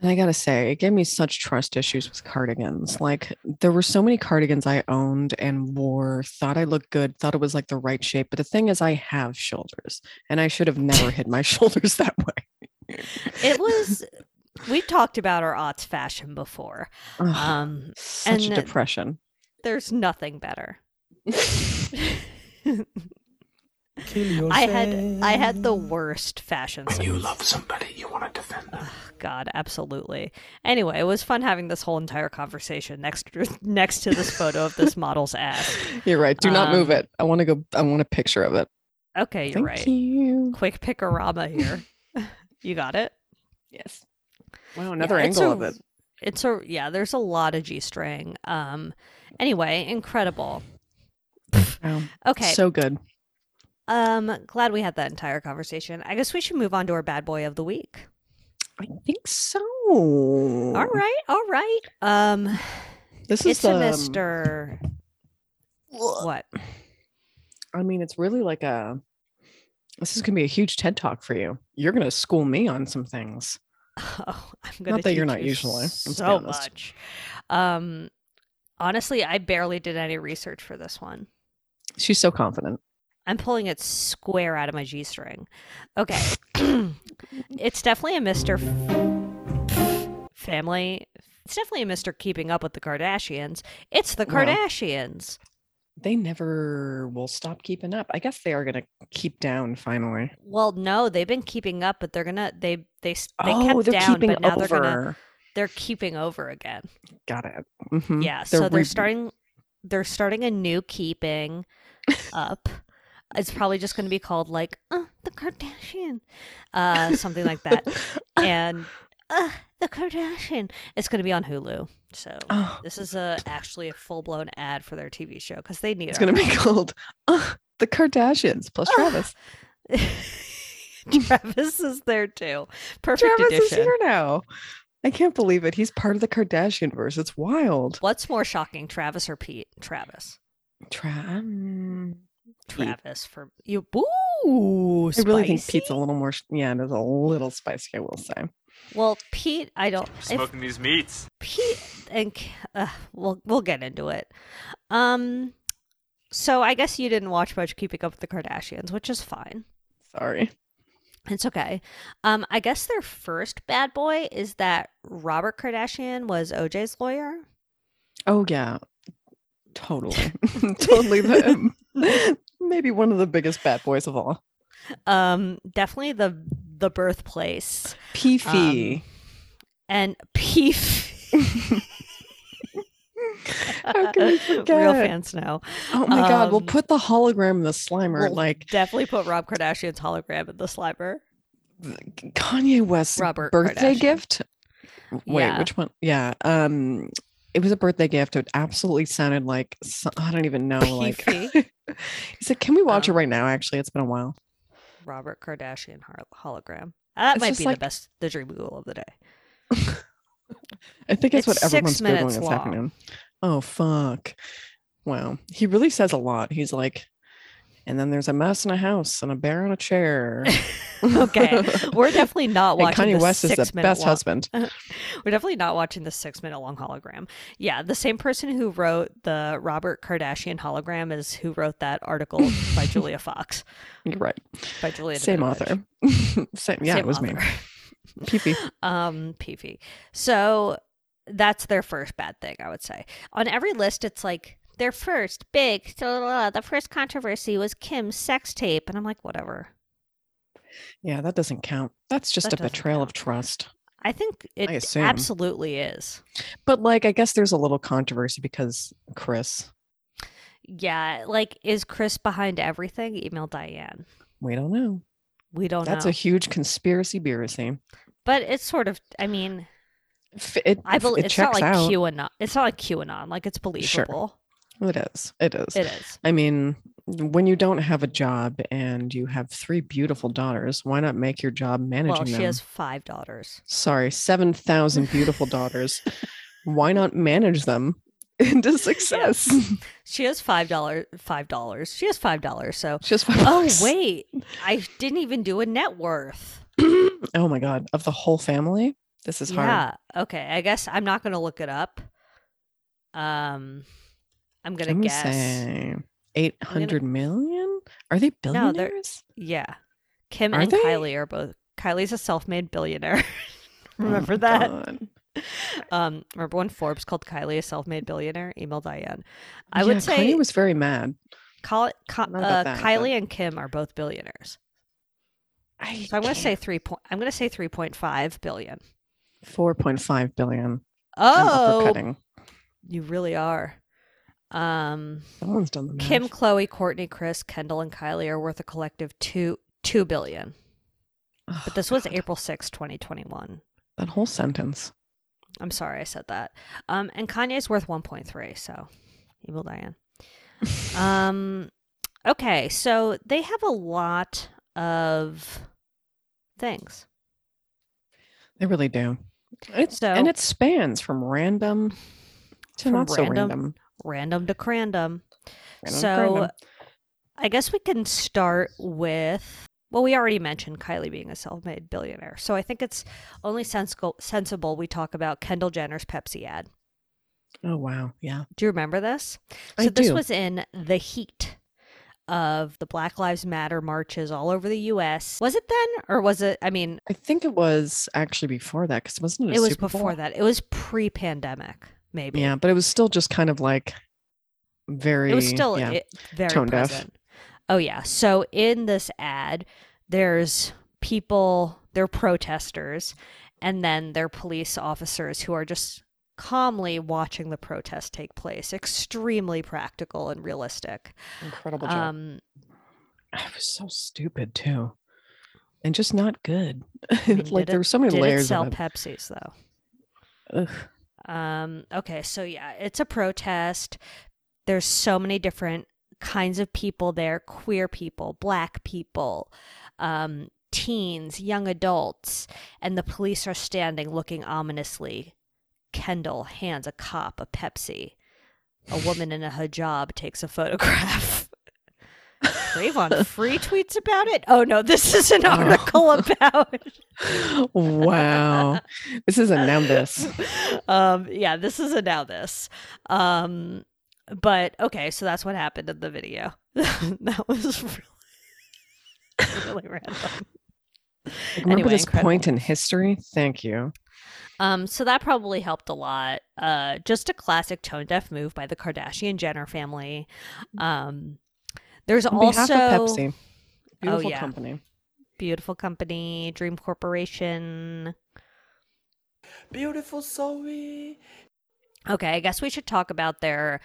C: And I gotta say, it gave me such trust issues with cardigans. Like there were so many cardigans I owned and wore, thought I looked good, thought it was like the right shape. But the thing is, I have shoulders, and I should have never hid my shoulders that way.
B: It was. We've talked about our aughts fashion before.
C: Ugh,
B: Um, and
C: such a
B: the-
C: depression.
B: there's nothing better.
F: Kill yourself.
B: I had I had the worst fashion.
G: When you
B: sense.
G: love somebody, you want to defend them.
B: Ah, God, absolutely. Anyway, it was fun having this whole entire conversation next next to this photo of this model's ass.
C: You're right. Do not move
B: Um,
C: it. I want to go. I want a picture of it.
B: Okay, you're
C: Thank
B: right.
C: you.
B: Quick pickorama here. you got it.
C: Yes. Wow, another
B: Yeah, it's
C: angle
B: a-
C: of it.
B: It's a yeah. There's a lot of g string. Um. Anyway, incredible.
C: Wow.
B: Okay.
C: So good.
B: um. Glad we had that entire conversation. I guess we should move on to our bad boy of the week.
C: I think so.
B: All right. All right. Um.
C: This is
B: It's a
C: um,
B: Mister. What?
C: I mean, it's really like a. This is going to be a huge TED talk for you. You're going to school me on some things.
B: Oh, I'm gonna
C: Not that you're
B: teach
C: not
B: you
C: usually, let's be
B: so
C: honest.
B: much. Um, honestly, I barely did any research for this one.
C: She's so confident.
B: I'm pulling it square out of my g string. Okay, it's definitely a Mister Family. It's definitely a Mister Keeping Up with the Kardashians. It's the
C: Well.
B: Kardashians.
C: They never will stop keeping up. I guess they are going to keep down finally.
B: Well, no, they've been keeping up, but they're gonna they they s- they
C: oh,
B: kept
C: they're
B: down,
C: keeping
B: but now
C: over.
B: they're gonna they're keeping over again.
C: Got it. Mhm.
B: Yeah, so they're
C: re-
B: starting they're starting a new keeping up. It's probably just going to be called like uh, the Kardashian, uh, something like that, and uh, the Kardashian. It's going to be on Hulu. So
C: Oh,
B: this is a actually a full blown ad for their TV show because they need.
C: it's going to be called uh, the Kardashians plus
B: Ah,
C: Travis.
B: be. Travis is there too. Perfect
C: Travis is
B: addition.
C: here now. I can't believe it. He's part of the Kardashian verse. It's wild.
B: What's more shocking, Travis or Pete? Travis.
C: Tra- mm, Pete.
B: Travis for you. Ooh,
C: I really think
B: spicy.
C: Pete's a little more. sh- Yeah, it is a little spicy. I will say.
B: Well, Pete, I don't. I
H: Smoking these meats.
B: Pete and K- uh, we'll we'll get into it. Um, so I guess you didn't watch much Keeping Up with the Kardashians, which is fine.
C: Sorry.
B: It's okay. Um, I guess their first bad boy is that Robert Kardashian was OJ's lawyer.
C: Oh yeah, totally, totally. The, maybe one of the biggest bad boys of all.
B: Um, definitely the the birthplace
C: Peefy.
B: and Peef.
C: Um, How can we forget?
B: Real fans know.
C: oh my god, we'll
B: um,
C: put the hologram in the Slimer.
B: We'll
C: like
B: definitely put Rob Kardashian's hologram in the slapper.
C: Kanye West's
B: Robert
C: birthday
B: Kardashian.
C: gift. Wait,
B: Yeah.
C: which one? Yeah. Um, it was a birthday gift. It absolutely sounded like so- I don't even know.
B: Peefy.
C: Like he said, "Can we watch
B: Um,
C: it right now?" Actually, it's been a while.
B: Robert Kardashian hol- hologram. That
C: It's
B: might
C: just
B: be
C: like-
B: the best, the dream Google of the day.
C: I think
B: It's
C: it's, what
B: six
C: everyone's
B: minutes
C: googling this
B: long.
C: afternoon. Oh fuck! Wow, he really says a lot. He's like, and then there's a mouse in a house and a bear on a chair.
B: Okay, we're definitely not
C: And
B: watching.
C: Kanye
B: the
C: West is the
B: six-minute
C: best
B: long-
C: husband.
B: We're definitely not watching the six-minute long hologram. Yeah, the same person who wrote the Robert Kardashian hologram is who wrote that article by Julia Fox.
C: You're right.
B: By Julia.
C: Same
B: Davidovich.
C: author. Same. Yeah,
B: Same
C: it was me.
B: author.
C: Peepee.
B: um peefy so that's their first bad thing i would say on every list it's like their first big blah, blah, blah, the first controversy was kim's sex tape and i'm like whatever
C: Yeah, that doesn't count. That's just
B: That
C: a
B: doesn't
C: betrayal of
B: count.
C: trust.
B: i think it
C: I assume.
B: absolutely is
C: But like, I guess there's a little controversy because Chris.
B: yeah like is chris behind everything email diane
C: We don't know.
B: we don't
C: That's
B: know
C: a huge conspiracy bureaucracy.
B: but it's sort of i mean
C: F- It,
B: i believe
C: it
B: it's not
C: checks
B: like
C: out.
B: qanon it's not like qanon like it's believable
C: It is. It is.
B: it is
C: I mean, when you don't have a job and you have three beautiful daughters, why not make your job managing
B: well she
C: them?
B: has five daughters
C: Sorry, 7,000 beautiful daughters. why not manage them into success?
B: she has five dollars five dollars she has five dollars so
C: Just five
B: Oh
C: bucks.
B: wait, I didn't even do a net worth.
C: oh my God. Of the whole family? This is hard.
B: yeah. Okay. I guess I'm not gonna look it up. Um, I'm gonna
C: I'm gonna
B: guess.
C: say 800 million? Are they
B: No, they're-
C: billionaires?
B: Yeah. Kim
C: Are
B: and
C: they?
B: Kylie are both. Kylie's a self-made billionaire.
C: Oh
B: Remember
C: my
B: that?
C: God.
B: Um, remember when Forbes called Kylie a self-made billionaire? Email Diane. I
C: Yeah,
B: would say
C: Kanye was very mad.
B: Col- Co-
C: Not about
B: uh,
C: that, but-
B: Kylie and Kim are both billionaires.
C: I
B: So I'm going to say three point. I'm going to say three point five billion.
C: 4.5 billion. I'm
B: Oh,
C: uppercutting.
B: you really are. Um,
C: Someone's done the math.
B: Kim, Chloe, Courtney, Chris, Kendall, and Kylie are worth a collective two two billion.
C: Oh,
B: But this was
C: God.
B: April sixth, 2021.
C: that whole sentence.
B: I'm sorry I said that. Um, and Kanye's worth 1.3. So, evil Diane. um, okay, so they have a lot of things.
C: They really do. It's
B: So-
C: and it spans from random to
B: From
C: not so
B: random-
C: random.
B: random to crandom.
C: Random to
B: so
C: random.
B: I guess we can start with well, we already mentioned Kylie being a self-made billionaire, so I think it's only sensible sensible we talk about Kendall Jenner's Pepsi ad.
C: Oh wow, yeah.
B: Do you remember this?
C: I
B: So this
C: do.
B: was in the heat of the Black Lives Matter marches all over the U.S. Was it then, or was it? I mean,
C: I think it was actually before that because wasn't it? a
B: it was
C: Super
B: before
C: Bowl?
B: that. It was pre-pandemic, maybe.
C: Yeah, but it was still just kind of like very.
B: It was still
C: yeah.
B: it, very
C: tone deaf.
B: present. Oh yeah. So in this ad, there's people, they're protesters, and then they're police officers who are just calmly watching the protest take place. Extremely practical and realistic.
C: incredible job.
B: Um,
C: it was so stupid too, and just not good.
B: mean, did
C: like there
B: it-
C: were so many
B: did it
C: layers
B: sell
C: of it.
B: Pepsis though?
C: Ugh.
B: Um, okay, so yeah, it's a protest. There's so many different kinds of people there queer people, black people, um, teens, young adults, and the police are standing looking ominously. Kendall hands a cop a Pepsi. A woman in a hijab takes a photograph. Trayvon Free tweets about it. Oh no, this is an
C: Oh.
B: article about
C: wow, this is a now this.
B: um yeah this is a now this um but okay so that's what happened in the video that was really, really random
C: Like, remember
B: Anyway,
C: this point
B: incredible.
C: in history? Thank you.
B: um so that probably helped a lot uh just a classic tone deaf move by the kardashian jenner family um there's
C: On
B: also
C: behalf of Pepsi,
B: oh
C: beautiful
B: yeah
C: company.
B: beautiful company dream corporation
A: Beautiful sorry.
B: Okay, I guess we should talk about their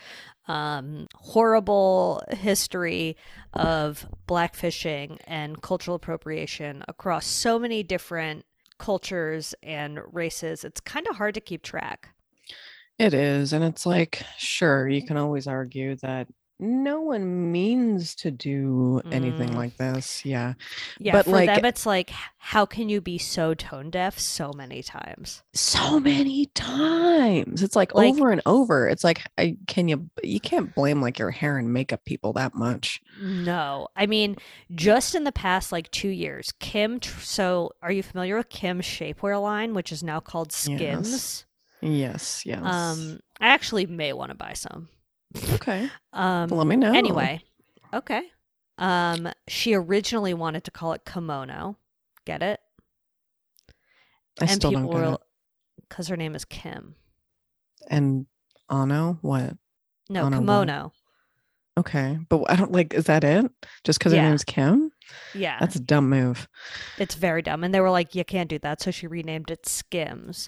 B: um, horrible history of blackfishing and cultural appropriation across so many different cultures and races. It's kind of hard to keep track.
C: It is. And it's like, sure,
B: Mm.
C: you can always argue that no one means to do anything
B: Mm.
C: like this. Yeah.
B: Yeah,
C: But,
B: for
C: like-
B: them, it's like, h- how can you be so tone deaf so many times?
C: So many times. It's like,
B: Like-
C: over and over. It's like, I, can you, you can't blame like your hair and makeup people that much.
B: No, I mean, just in the past like two years, Kim. Tr- so, are you familiar with Kim's shapewear line, which is now called Skims?
C: Yes. Yes.
B: Um, I actually may want to buy some.
C: okay.
B: Um,
C: Well, let me know.
B: anyway, okay. Um, she originally wanted to call it kimono. Get it?
C: I still don't get it.
B: because her name is Kim.
C: And Ano, what?
B: No,
C: Ono what?
B: kimono.
C: Okay. But I don't like, is that it? Just because her
B: Yeah.
C: name's Kim?
B: Yeah,
C: That's a dumb move.
B: it's very dumb. And they were like, "You can't do that," so she renamed it Skims.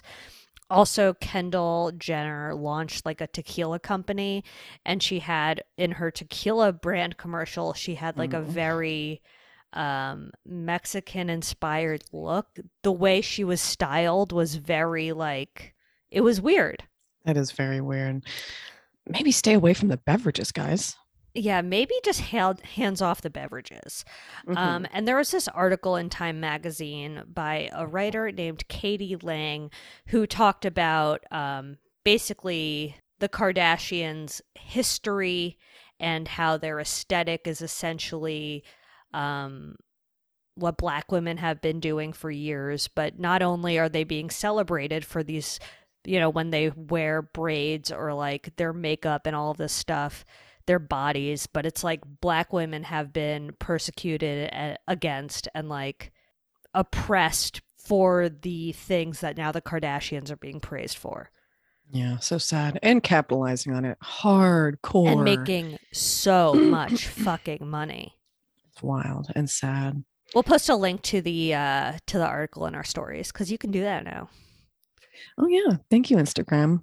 B: Also, Kendall Jenner launched like a tequila company, and she had in her tequila brand commercial, she had like a
C: Mm.
B: very um Mexican inspired look. The way she was styled was very like it was weird.
C: That is very weird. Maybe stay away from the beverages, guys.
B: Yeah, maybe just hand, hands off the beverages.
C: Mm-hmm.
B: Um, and there was this article in Time magazine by a writer named Katie Lang who talked about um, basically the Kardashians' history and how their aesthetic is essentially um, what black women have been doing for years, but not only are they being celebrated for these, you know, when they wear braids or like their makeup and all of this stuff, their bodies, but it's like black women have been persecuted a- against and like oppressed for the things that now the Kardashians are being praised for
C: Yeah, so sad. And capitalizing on it hardcore.
B: and making so much fucking money.
C: it's wild and sad.
B: We'll post a link to the uh to the article in our stories cuz you can do that now.
C: Oh yeah, thank you Instagram.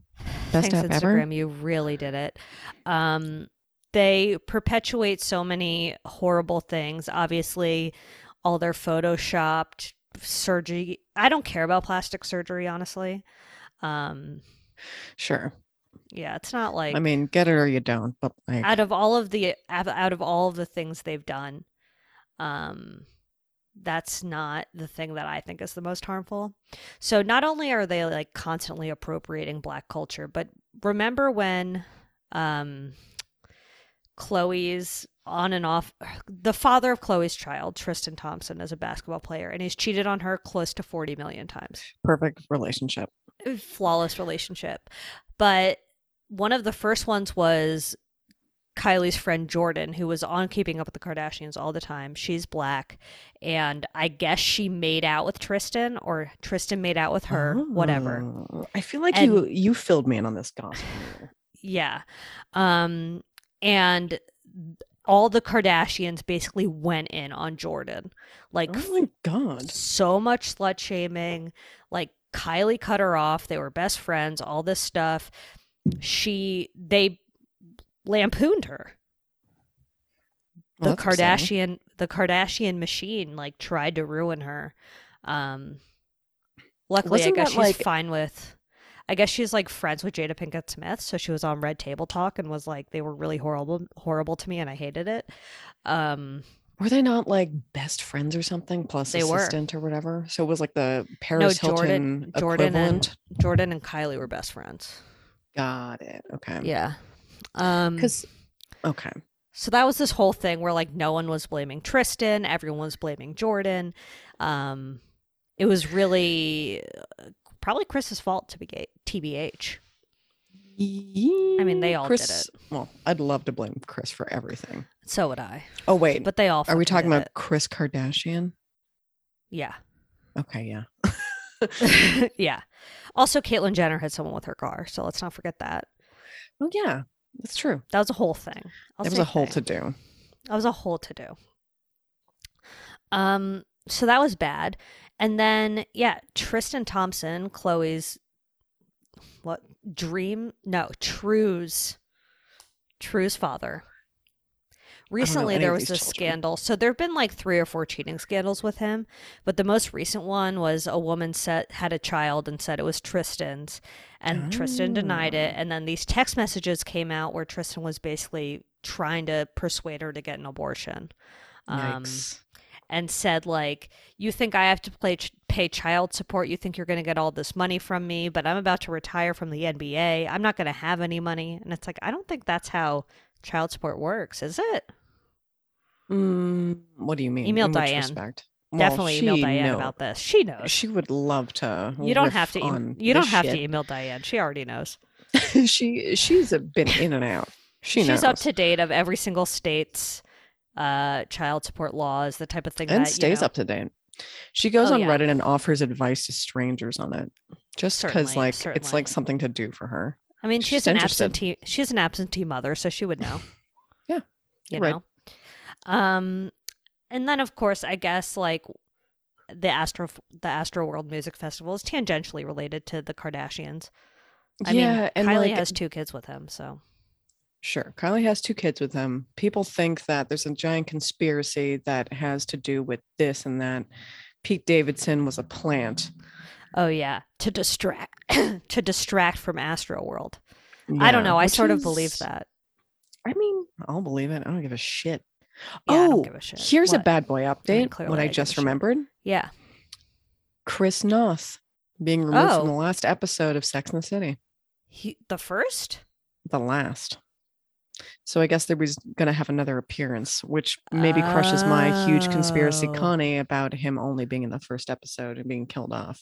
C: Best app
B: Thanks,
C: ever.
B: Instagram. You really did it. Um, they perpetuate so many horrible things. Obviously, all their photoshopped surgery. I don't care about plastic surgery, honestly. Um,
C: Sure.
B: yeah, it's not like
C: I mean, get it or you don't, but like
B: out of all of the out out of all of the things they've done, um, that's not the thing that I think is the most harmful. So not only are they like constantly appropriating black culture, but remember when um Chloe's on and off the father of Chloe's child, Tristan Thompson, is a basketball player and he's cheated on her close to 40 million times
C: perfect relationship.
B: flawless relationship. But one of the first ones was Kylie's friend Jordan, who was on Keeping Up with the Kardashians all the time. She's black. And I guess she made out with Tristan or Tristan made out with her, whatever.
C: Oh, I feel like you you filled me in on this gossip.
B: Yeah. Um and all the Kardashians basically went in on Jordan. Like
C: oh my god.
B: so much slut shaming. Like Kylie cut her off. They were best friends, all this stuff. She they lampooned her. The
C: Well, Oh, that's upsetting.
B: Kardashian the Kardashian machine like tried to ruin her. Um luckily
C: Wasn't
B: I guess
C: that,
B: she's
C: like-
B: fine with I guess she's like friends with Jada Pinkett Smith, so she was on Red Table Talk and was like they were really horrible horrible to me and I hated it. Um
C: Were they not like best friends or something? Plus
B: They were.
C: assistant or whatever. So it was like the Paris
B: Jordan-
C: Hilton
B: Jordan and-
C: equivalent.
B: Jordan and Kylie were best friends.
C: Got it. Okay.
B: Yeah. Um
C: Because okay.
B: so that was this whole thing where like no one was blaming Tristan, everyone was blaming Jordan. Um it was really uh, probably Chris's fault to be gay, TBH.
C: I
B: mean, they all did
C: Mm, Chris, Well, I'd love to blame Chris for everything.
B: So would I.
C: Oh wait,
B: But they all
C: are
B: fucking
C: we talking
B: did
C: about
B: it.
C: Chris Kardashian?
B: Yeah.
C: Okay, yeah.
B: yeah. Also Caitlyn Jenner had someone with her car, so let's not forget that.
C: Oh yeah, that's true.
B: That was a whole thing. I'll
C: That was
B: say
C: a whole
B: thing.
C: to do.
B: That was a whole to do. Um, so that was bad. And then yeah, Tristan Thompson, Chloe's what dream? No, True's True's father. Recently
C: any
B: there
C: of
B: was
C: these
B: this
C: children.
B: scandal. So there've been like three or four cheating scandals with him, but the most recent one was a woman said had a child and said it was Tristan's and Tristan denied it. And then these text messages came out where Tristan was basically trying to persuade her to get an abortion. Um,
C: Yikes.
B: and said like, "You think I have to play ch- pay child support? You think you're going to get all this money from me? But I'm about to retire from the NBA. I'm not going to have any money." And it's like, I don't think that's how child support works, is it?
C: Mm, what do you mean?
B: Email
C: In which
B: Diane.
C: Respect? Well,
B: Definitely email
C: she
B: Diane
C: know-
B: about this. She knows.
C: She would love to.
B: you don't
C: riff
B: have to. em
C: on
B: you don't
C: this
B: have to
C: shit.
B: email Diane. She already knows.
C: she she's a- been in and out. She
B: she's
C: knows.
B: up to date of every single state's uh, child support laws, the type of thing
C: and
B: that
C: stays
B: you know,
C: up to date. She goes
B: Oh,
C: on
B: yeah.
C: Reddit and offers advice to strangers on it, just because
B: Certainly,
C: like it's
B: certainly.
C: like something to do for her.
B: I mean,
C: She's
B: she's
C: just
B: an
C: interested.
B: absentee. She's an absentee mother, so she would know.
C: Yeah,
B: you
C: you're right.
B: know. Um, and then of course, I guess like the Astro the Astro World Music Festival is tangentially related to the Kardashians. I mean, Kylie has two kids with him, so
C: Sure. Kylie has two kids with him. People think that there's a giant conspiracy that has to do with this and that. Pete Davidson was a plant.
B: oh yeah, to distract to distract from Astro World. I don't
C: Yeah,
B: know. I
C: which
B: sort of believe
C: is-
B: that.
C: I mean, I'll believe it. I don't give a shit.
B: Yeah, I don't
C: oh,
B: give a shit.
C: here's a
B: What?
C: bad boy update.
B: clearly
C: what
B: I
C: I
B: give a
C: just
B: shit.
C: remembered
B: Yeah.
C: Chris Noth being removed
B: Oh.
C: from the last episode of Sex and the City.
B: He, the first?
C: The last. So I guess there was going to have another appearance, which maybe crushes my huge conspiracy
B: Oh.
C: Connie about him only being in the first episode and being killed off.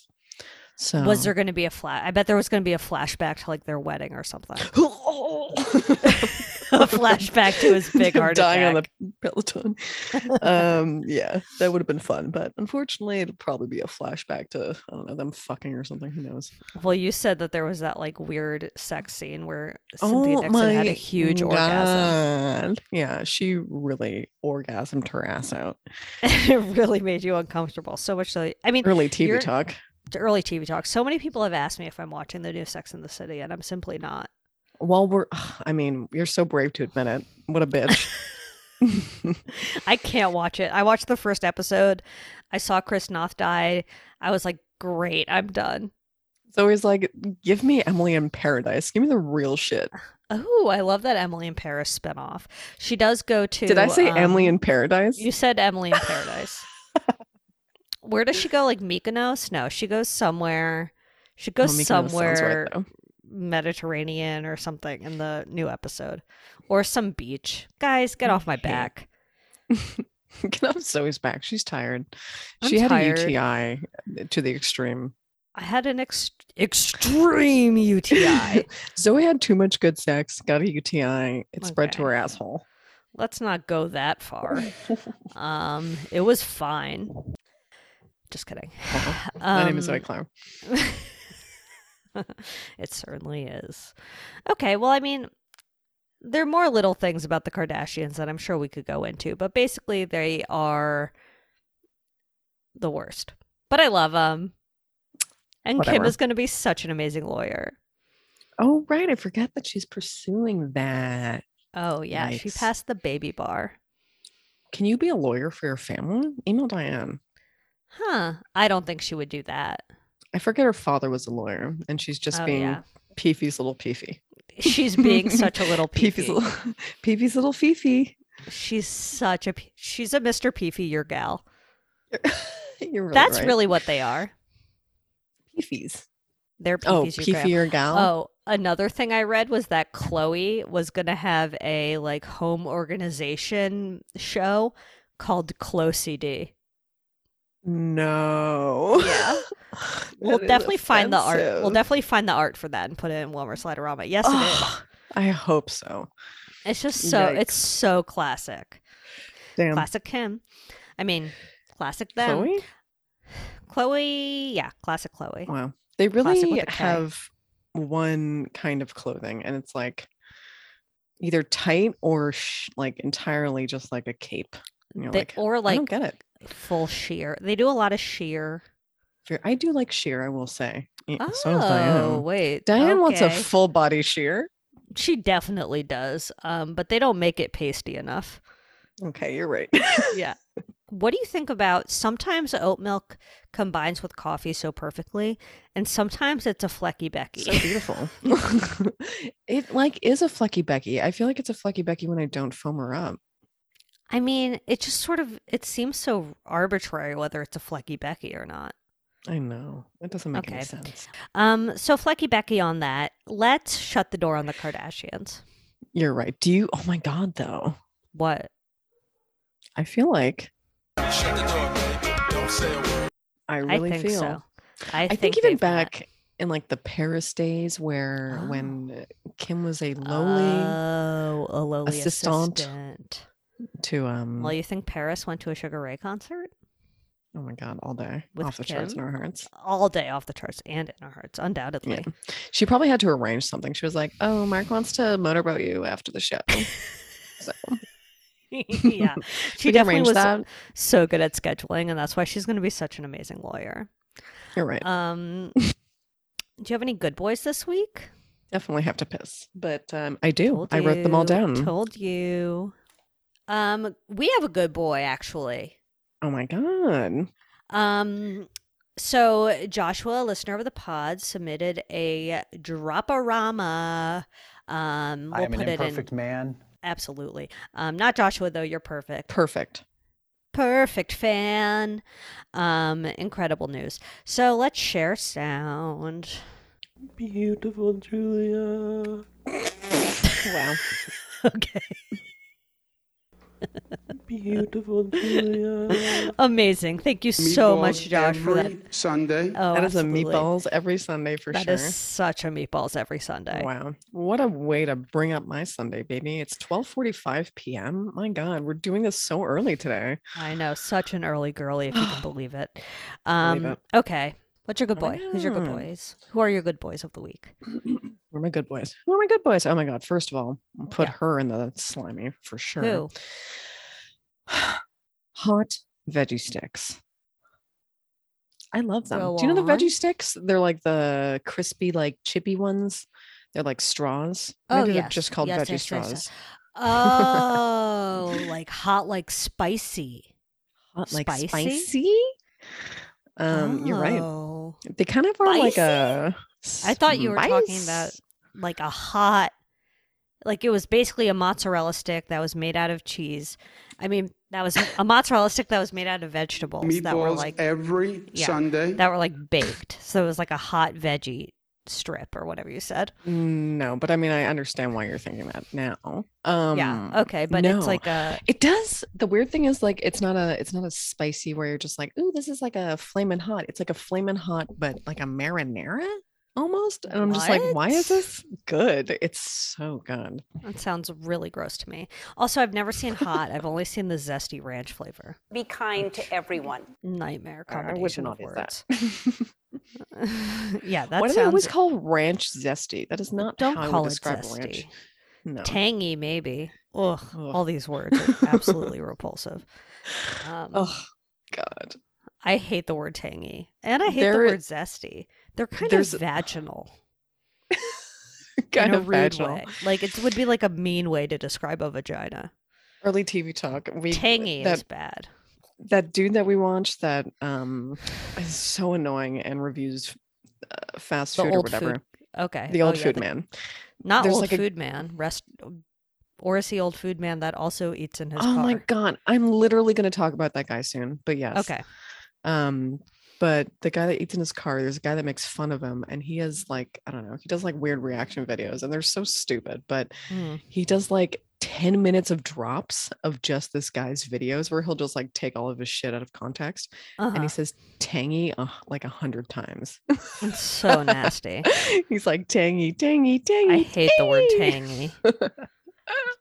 C: So
B: Was there going to be a flash? I bet there was going to be a flashback to like their wedding or something. A flashback to his big heart
C: dying
B: attack.
C: on the peloton. um, yeah, that would have been fun, but unfortunately, it'll probably be a flashback to I don't know them fucking or something. Who knows?
B: Well, you said that there was that like weird sex scene where Cynthia Nixon had a huge orgasm.
C: Oh God. Yeah, she really orgasmed her ass out.
B: it really made you uncomfortable. So much so, I mean,
C: Early TV
B: You're-
C: talk.
B: to early TV talk. So many people have asked me if I'm watching the new Sex in the City, and I'm simply not.
C: While we're, I mean, you're so brave to admit it. What a bitch.
B: I can't watch it. I watched the first episode. I saw Chris Noth die. I was like, great, I'm done.
C: it's always like, give me Emily in Paradise. Give me the real shit.
B: Oh, I love that Emily in Paris spinoff. She does go to.
C: Did I say
B: um,
C: Emily in Paradise?
B: You said Emily in Paradise. Where does she go? Like Mykonos? No, she goes somewhere. She
C: Oh,
B: goes
C: Mykonos sounds right,
B: somewhere
C: though.
B: Mediterranean or something in the new episode, or some beach. Guys, get off my
C: hate-
B: back.
C: Get off Zoe's back. She's tired.
B: I'm
C: she had
B: tired.
C: a UTI uh, to the extreme.
B: I had an ex- extreme UTI.
C: Zoe had too much good sex, got a UTI. It spread to
B: Okay.
C: her asshole.
B: Let's not go that far. Um, it was fine. Just kidding.
C: Uh-huh. My name is
B: Um,
C: Zoe Clown.
B: it certainly is. Okay, well, I mean, there are more little things about the Kardashians that I'm sure we could go into, but basically, they are the worst. But I love them. And Kim
C: Whatever.
B: is going to be such an amazing lawyer.
C: Oh, right. I forget that she's pursuing that.
B: Oh, yeah. She
C: Yikes.
B: passed the baby bar.
C: Can you be a lawyer for your family? Email Diane.
B: Huh. I don't think she would do that.
C: I forget her father was a lawyer and she's just
B: oh,
C: being
B: yeah.
C: Peefy's little Peefy.
B: She's being such a little
C: Peefy's
B: peefy.
C: little Peefy's little Fifi.
B: She's such a, pe- she's a Mr. Peefy, your gal.
C: You're really
B: That's
C: right.
B: really what they are.
C: Peefy's.
B: They're Peefy's
C: Oh,
B: your gal.
C: Peefy or gal.
B: Oh, another thing I read was that Chloe was gonna have a like home organization show called Chloe CD.
C: No.
B: Yeah. We'll definitely find the art. We'll definitely find the art for that and put it in Wilmer Sliderama. Yes, it
C: Ugh, I hope so.
B: is. It's just so it's
C: Yikes.
B: so classic.
C: Damn.
B: Classic him. I mean, classic them. Chloe,
C: Chloe?
B: yeah, classic Chloe.
C: Wow. They
B: Classic with
C: really
B: a K.
C: have one kind of clothing, and it's like either tight or sh- like entirely just like a cape. And you're
B: They-
C: like,
B: or
C: I
B: like
C: don't get it.
B: full sheer. They do a lot of sheer.
C: Fair- I do like sheer, I will say. Yeah,
B: Oh,
C: so does Diane.
B: wait.
C: Diane wants a
B: okay.
C: full body sheer.
B: She definitely does. Um, but they don't make it pasty enough.
C: Okay, you're right.
B: Yeah. What do you think about sometimes oat milk combines with coffee so perfectly, and sometimes it's a flecky Becky.
C: so beautiful. it like is a flecky Becky. I feel like it's a flecky Becky when I don't foam her up.
B: I mean, it just sort of it seems so arbitrary whether it's a flecky Becky or not.
C: I know. It doesn't make
B: Okay.
C: any sense.
B: Um, so flecky Becky on that. Let's shut the door on the Kardashians.
C: You're right. Do you oh my god though.
B: What?
C: I feel like I really
B: I think
C: feel.
B: so. I,
C: I, think,
B: they've Oh.
C: even
B: met.
C: back in like the Paris days where when Kim was a lowly
B: Oh, a lowly
C: assistant.
B: assistant.
C: to um
B: Well, you think Paris went to a Sugar Ray concert?
C: oh my god all day
B: with
C: off the charts in
B: Kim?
C: our hearts.
B: All day off the charts and in our hearts, undoubtedly.
C: She probably had to arrange something. She was like, "Oh, Mark wants to motorboat you after the show." So
B: yeah. She
C: we can
B: definitely
C: arrange
B: was
C: that.
B: so good at scheduling, and that's why she's going to be such an amazing lawyer.
C: You're right.
B: Um, do you have any good boys this week?
C: Definitely have to piss, but um, I do. I wrote them all
B: you,
C: down.
B: Told you. Um, we have a good boy, actually.
C: oh my god!
B: Um, so Joshua, a listener of the pod, submitted a droporama. Um, we'll
H: I am
B: put
H: an
B: it
H: imperfect
B: in
H: man.
B: absolutely. Um, not Joshua though. You're perfect.
C: Perfect.
B: Perfect fan. Um, incredible news. So let's share sound.
F: Beautiful Julia.
C: Wow.
B: Okay.
F: Beautiful Julia.
B: Amazing. Thank you so much, Josh, for that.
H: Sunday.
B: Oh,
C: that is a
B: absolutely.
C: meatballs every Sunday for
B: That
C: sure.
B: is such a meatballs every Sunday.
C: Wow. What a way to bring up my Sunday, baby. It's 12:45 p.m. My god, we're doing this so early today.
B: I know, such an early girly, if you can believe it. Um,
C: it.
B: Okay, what's your good boy? Who's your good
C: Mm.
B: boys? Who are your good boys of the week?
C: Who are my good boys? Who are my good boys? Oh my god, first of all, I'll put
B: Yeah.
C: her in the slimy for sure.
B: Who?
C: Hot veggie sticks. I love them.
B: Go
C: Do you know the
B: on.
C: veggie sticks? They're like the crispy, like chippy ones. They're like straws.
B: Oh,
C: Maybe they're
B: yes.
C: just called
B: Yes,
C: veggie
B: yes, yes, yes.
C: straws.
B: Oh, like hot, like spicy.
C: Hot, like
B: Spicy?
C: spicy. Um, you're right.
B: Oh.
C: They kind of are like
B: Spicy?
C: a.
B: I thought you were talking about
C: spice.
B: like a hot, like it was basically a mozzarella stick that was made out of cheese. I mean, that was a mozzarella stick that was made out of vegetables that were
H: Meatballs
B: like
H: every
B: Yeah,
H: Sunday.
B: that were like baked. So it was like a hot veggie strip or whatever you said.
C: Mm, No, but I mean, I understand why you're thinking that now. Um,
B: yeah. Okay, but
C: no.
B: it's like a
C: It does. The weird thing is, like, it's not a, it's not a spicy where you're just like, ooh, this is like a flamin' hot. It's like a flamin' hot, but like a marinara almost. And I'm just like, why is
B: What?
C: this good? It's so good.
B: that sounds really gross to me. Also, I've never seen hot. I've only seen the zesty ranch flavor.
I: Be kind to everyone.
B: Nightmare
C: I
B: combination
C: would
B: of
C: not eat
B: words.
C: that.
B: yeah, that
C: Why do they
B: sounds.
C: always call ranch zesty? That is not
B: don't
C: how I would
B: call it
C: describe
B: zesty.
C: ranch. No.
B: Tangy, maybe. Ugh,
C: Ugh.
B: all these words are absolutely repulsive. Um,
C: Oh God.
B: I hate the word tangy, and I hate
C: There-
B: the word zesty. They're kind
C: there's-
B: of vaginal,
C: Kind
B: in a
C: of
B: rude
C: vaginal.
B: way. Like it would be like a mean way to describe a vagina.
C: Early TV talk. We
B: Tangy
C: that
B: is bad.
C: that dude that we watched that um is so annoying and reviews uh, fast
B: The
C: food or
B: old food-
C: whatever.
B: Okay,
C: The
B: oh,
C: old
B: yeah,
C: food man.
B: Not
C: There's
B: old
C: like a-
B: food man. Rest or is he old food man that also eats in his
C: Oh
B: car?
C: my god, I'm literally going to talk about that guy soon. But yes.
B: Okay.
C: Um but the guy that eats in his car, there's a guy that makes fun of him and he has like, I don't know, he does like weird reaction videos and they're so stupid, but
B: Mm.
C: he does like 10 minutes of drops of just this guy's videos where he'll just like take all of his shit out of context and
B: Uh-huh.
C: he says tangy uh, like a hundred times.
B: It's so nasty.
C: He's like tangy, tangy, tangy.
B: I hate the word
C: tangy."
B: tangy.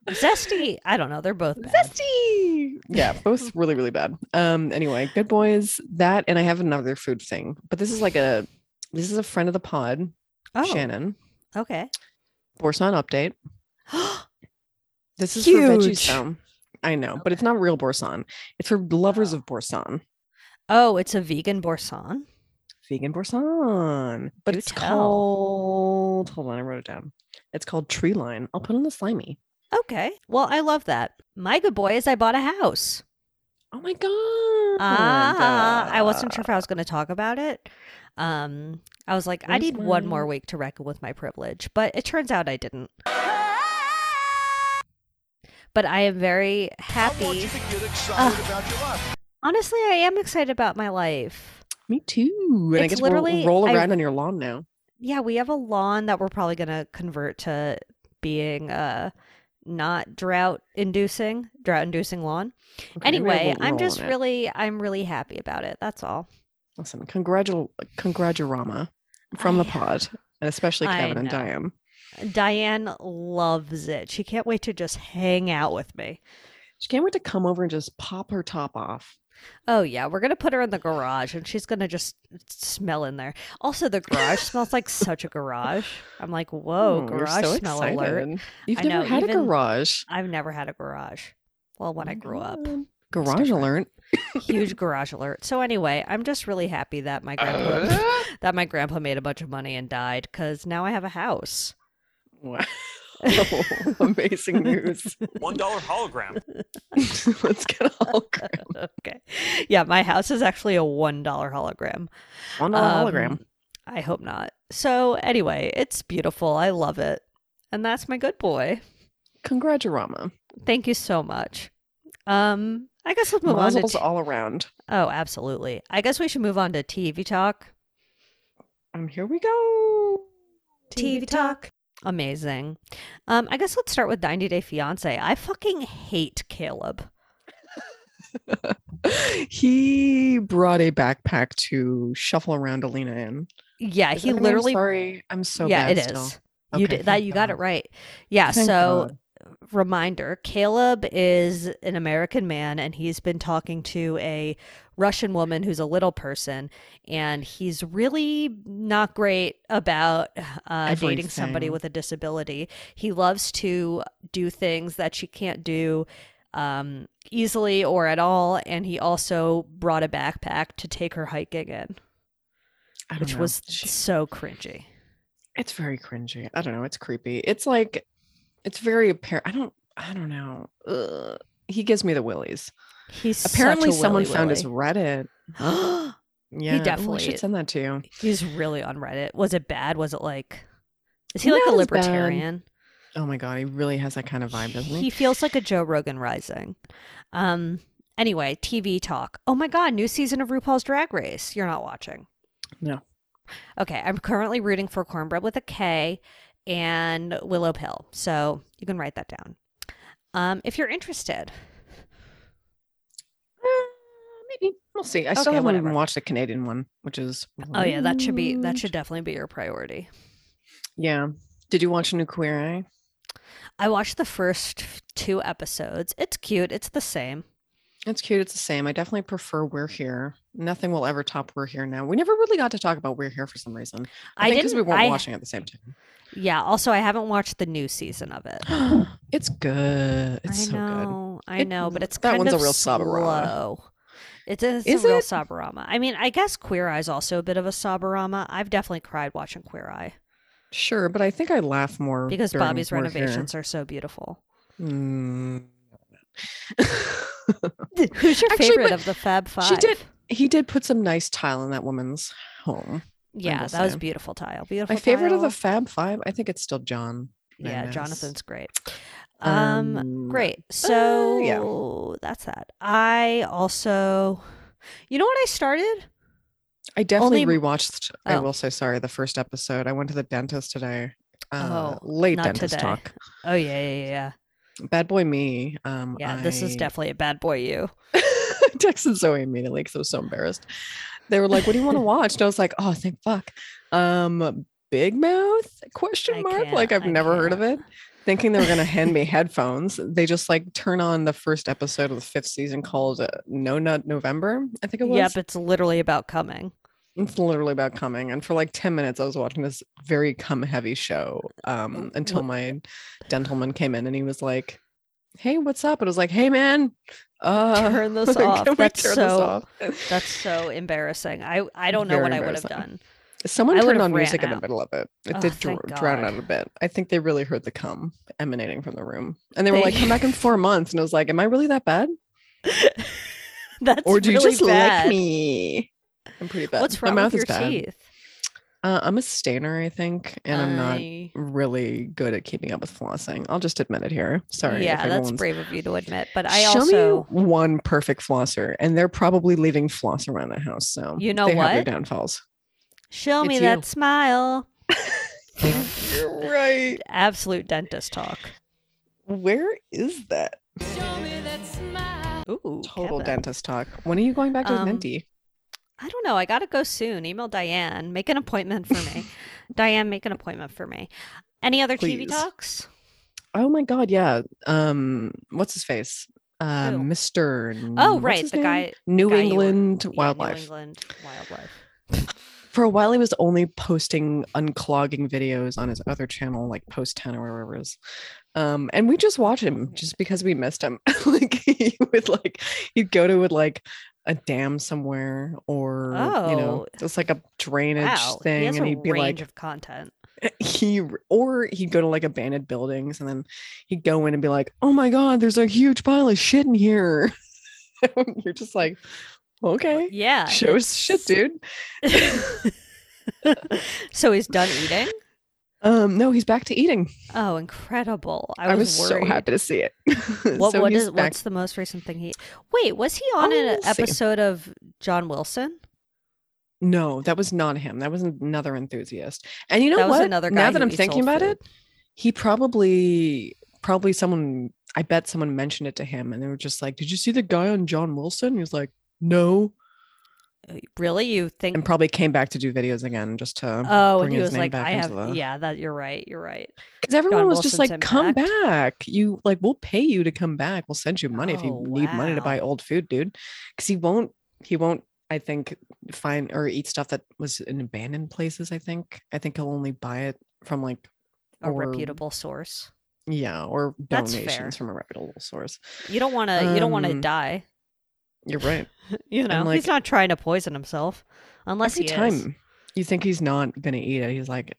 B: Zesty. I don't know. They're both bad.
C: Zesty. Yeah, both really, really bad. Um, anyway, good boys. That and I have another food thing, but this is like a this is a friend of the pod,
B: Oh,
C: Shannon.
B: okay.
C: Borsan update. This is for
B: Huge.
C: veggies though. I know, but it's not real Borsan. It's for lovers of Borsan.
B: oh, it's a vegan boursin.
C: Vegan Borsan. But
B: Do
C: it's
B: tell.
C: called hold on, I wrote it down. It's called Tree Line. I'll put on the slimy.
B: Okay. Well, I love that. My good boy is I bought a house.
C: Oh my god.
B: Ah, I wasn't sure if I was going to talk about it. Um, I was like, I
C: Where's
B: need one more
C: my-
B: week to reckon with my privilege, but it turns out I didn't. But I am very happy. Ugh. Honestly, I am excited about my life.
C: Me too. And I
B: It's
C: guess we'll
B: literally-
C: roll
B: I-
C: around on your lawn now.
B: Yeah, we have a lawn that we're probably going to convert to being uh not drought inducing, drought inducing lawn.
C: Okay, maybe I
B: anyway,
C: won't
B: I'm
C: roll on
B: just
C: it.
B: really I'm really happy about it. That's all.
C: listen. Congratul, congratulama from the
B: I-
C: pod, and especially
B: I
C: Kevin and
B: know.
C: Diane.
B: Diane loves it. She can't wait to just hang out with me.
C: She can't wait to come over and just pop her top off.
B: Oh yeah, we're gonna put her in the garage and she's gonna just smell in there. Also, the garage smells like such a garage. I'm like, whoa,
C: Oh, you're
B: garage
C: so
B: smell alert.
C: excited. You've
B: I
C: never
B: know,
C: had a
B: even
C: garage. Mm,
B: I've never had a garage. Well, when I grew up,
C: Garage
B: different.
C: alert.
B: huge garage alert. So anyway, I'm just really happy that my grandpa
G: Uh,
B: that my grandpa made a bunch of money and died because now I have a house.
C: Wow.
B: Oh,
C: Amazing news.
J: One dollar hologram.
C: Let's get all hologram.
B: okay, yeah, my house is actually a one dollar hologram.
C: One dollar hologram.
B: Um, I hope not. So anyway, it's beautiful. I love it. And that's my good boy.
C: Congratulama.
B: Thank you so much. Um I guess we'll move on to
C: Muzzles
B: t-
C: all around.
B: Oh, absolutely. I guess we should move on to TV talk.
C: And here we go.
B: TV talk. Amazing. Um, I guess let's start with 90 Day Fiance. I fucking hate Caleb.
C: he brought a backpack to shuffle around Alina in.
B: Yeah,
C: Is
B: Uh, he
C: that her name?
B: literally.
C: Sorry, I'm so
B: yeah,
C: bad
B: it is.
C: still.
B: You
C: Okay,
B: did that.
C: thank
B: You got it
C: God.
B: right. Yeah.
C: Thank
B: so
C: God.
B: reminder Caleb is an American man and he's been talking to a Russian woman who's a little person and he's really not great about uh, dating somebody
C: Everything.
B: with a disability. He loves to do things that she can't do um, easily or at all. And he also brought a backpack to take her hiking in,
C: I don't
B: which
C: know.
B: was
C: She-
B: so cringy.
C: it's very cringy. I don't know. It's creepy. It's like it's very apparent. I don't. I don't know. Ugh. He gives me the willies.
B: He's such a
C: Apparently, someone
B: willy
C: found his
B: willy.
C: Reddit. Yeah, ooh, I
B: definitely-
C: should send that to you.
B: He's really on Reddit. Was it bad? Was it like is he
C: Not
B: like a
C: as bad.
B: libertarian?
C: Oh my god, he really has that kind of vibe, doesn't
B: He
C: he?
B: feels like a Joe Rogan rising. Um anyway, TV talk. Oh my god, new season of RuPaul's Drag Race. You're not watching.
C: No.
B: Okay, I'm currently rooting for Cornbread with a K and Willow Pill. So you can write that down. Um, if you're interested.
C: Uh, maybe we'll see. I still
B: Okay,
C: haven't
B: whatever.
C: even watched the Canadian one, which is
B: Oh yeah, that should be that
C: rude.
B: should definitely be your priority.
C: yeah. Did you watch a new Queer Eye?
B: I watched the first two episodes. It's cute. It's the same.
C: It's cute. It's the same. I definitely prefer We're Here. Nothing will ever top We're Here now. We never really got to talk about We're Here for some reason. I, think because we weren't
B: I-
C: watching at the same
B: Yeah. Also, I haven't watched the new season of it.
C: time. it's good. It's
B: I
C: so good.
B: know, I
C: It-
B: know, but it's
C: that
B: kind
C: one's a
B: of
C: real
B: slow.
C: Sabarama.
B: It's a, it's
C: Is
B: a real
C: it?
B: Sabarama. I mean, I guess Queer Eye is also a bit of a Sabarama. I've definitely cried watching Queer Eye
C: Sure, but I think I laugh more
B: because
C: during
B: Bobby's
C: We're Here.
B: renovations are so beautiful.
C: Mm.
B: Who's your
C: Actually,
B: favorite
C: but
B: of the Fab Five?
C: She did. He did put some nice tile in that woman's home.
B: Yeah,
C: will
B: that was
C: say.
B: beautiful tile. Beautiful.
C: My favorite of the
B: tile.
C: Fab Five, I think it's still John.
B: yeah,
C: Nunez.
B: Jonathan's great. Um, Great. So
C: uh, yeah.
B: that's that. I also, you know what I started?
C: I definitely
B: Only-
C: rewatched. I
B: Oh.
C: will say sorry. The first episode. I went to the dentist today. Uh,
B: Oh,
C: late
B: not
C: dentist
B: today.
C: talk.
B: Oh yeah, yeah, yeah, yeah.
C: Bad boy me. Um,
B: Yeah, this is
C: I-
B: definitely a bad boy. You.
C: I texted Zoe immediately because I was so embarrassed. They were like, "What do you want to watch?" And I was like, "Oh, thank fuck." Um, Big Mouth? Question
B: I
C: mark?
B: can't-
C: Like I've
B: I
C: never heard of
B: can't.
C: it. Thinking they were gonna hand me headphones, they just like turn on the first episode of the fifth season called uh, No Nut November. I think it was.
B: Yep, it's literally about coming.
C: It's literally about coming. And for like 10 minutes, I was watching this very cum heavy show um, until my dentalman came in and he was like, Hey, what's up? And I was like, Hey, man, uh,
B: Turn this
C: can
B: off.
C: we
B: That's
C: turn
B: so-
C: this off?
B: That's so embarrassing. I I don't know
C: Very
B: what I would have
C: embarrassing.
B: done.
C: Someone
B: I
C: turned
B: would've
C: on music
B: ran
C: in the
B: out.
C: middle of it. It
B: Oh,
C: did dr-
B: thank
C: drown
B: God.
C: out a bit. I think they really heard the cum emanating from the room. And they were
B: They-
C: like, Come back in four months. And I was like, Am I really that bad?
B: That's
C: or do
B: really
C: you just
B: bad.
C: like me? I'm pretty bad.
B: What's
C: My
B: wrong
C: mouth
B: with your
C: is bad.
B: teeth?
C: Uh, I'm a stainer, I think, and I'm not
B: I-
C: really good at keeping up with flossing. I'll just admit it here. Sorry. if
B: yeah, that's
C: everyone's-
B: brave of you to admit. But I
C: Show
B: also
C: me one perfect flosser, and they're probably leaving floss around the house. So
B: You know
C: they have
B: what?
C: their downfalls.
B: show me
C: It's
B: that
C: you.
B: smile.
C: You're right.
B: Absolute dentist talk.
C: Where is that
B: Ooh,
C: total
B: Kevin.
C: dentist talk? When are you going back to the
B: Um,
C: Minty?
B: I don't know. I got to go soon. Email Diane. Make an appointment for me. Diane, make an appointment for me. Any other TV
C: Please.
B: talks?
C: Oh my God, yeah. Um, what's his face? Uh,
B: Who?
C: Mr. N-
B: Oh,
C: what's
B: right,
C: his
B: the
C: name?
B: guy-
C: New
B: guy you were-
C: England
B: Yeah, New
C: wildlife.
B: England wildlife.
C: for a while he was only posting unclogging videos on his other channel like post 10 or wherever it is um and we just watch him just because we missed him like he would like he'd go to like a dam somewhere or you know
B: Oh.
C: just like a drainage
B: Wow, he
C: thing
B: has
C: and
B: a
C: he'd be
B: range
C: like
B: of content.
C: he or he'd go to like abandoned buildings and then he'd go in and be like oh my god there's a huge pile of shit in here you're just like okay
B: Yeah.
C: show us shit dude
B: so he's done eating.
C: um no he's back to eating
B: Oh, incredible! I
C: I
B: was,
C: was, so
B: worried.
C: happy to see it.
B: What,
C: So
B: what
C: he's
B: is
C: back-
B: what's the most recent thing he? Wait, was he on
C: Oh,
B: an
C: we'll see.
B: episode of John Wilson?
C: No, that was not him. That was another enthusiast. And you know
B: that was
C: what?
B: another guy.
C: now that
B: who
C: I'm
B: eats
C: thinking
B: soul
C: about
B: food.
C: it, he probably probably someone I bet someone mentioned it to him and they were just like, Did you see the guy on John Wilson? He was like, No.
B: Uh, Really? You think?
C: And probably came back to do videos again just to
B: oh, and
C: bring
B: he
C: his
B: was
C: name
B: like,
C: back
B: I have.
C: into the-
B: Yeah, that you're right. You're right.
C: because everyone was just
B: Wilson's
C: like, Come
B: impact."
C: back. You like we'll pay you to come back. We'll send you money if you
B: Oh,
C: need money to
B: wow.
C: buy old food, dude. Cause he won't he won't, I think, find or eat stuff that was in abandoned places, I think. I think he'll only buy it from like
B: A
C: or-
B: reputable source.
C: Yeah, or
B: That's fair.
C: donations from a reputable source.
B: You don't want to. you don't want to
C: Um,
B: die.
C: You're right.
B: You know,
C: like,
B: he's not trying to poison himself, unless
C: Every
B: he
C: time
B: is.
C: you think he's not gonna eat it, he's like,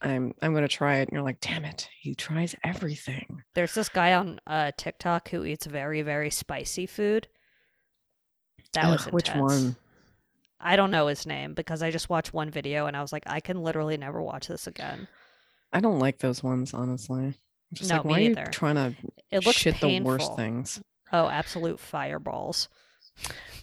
C: "I'm I'm gonna try it," and you're like, "Damn it!" He tries everything.
B: There's this guy on uh, TikTok who eats very, very spicy food. That was
C: Ugh, which
B: intense.
C: one?
B: I don't know his name because I just watched one video and I was like, I can literally never watch this again.
C: I don't like those ones, honestly. I'm just
B: No,
C: like,
B: me
C: why are you
B: either.
C: trying to
B: It looks
C: shit
B: painful.
C: the worst things?
B: Oh, absolute fireballs.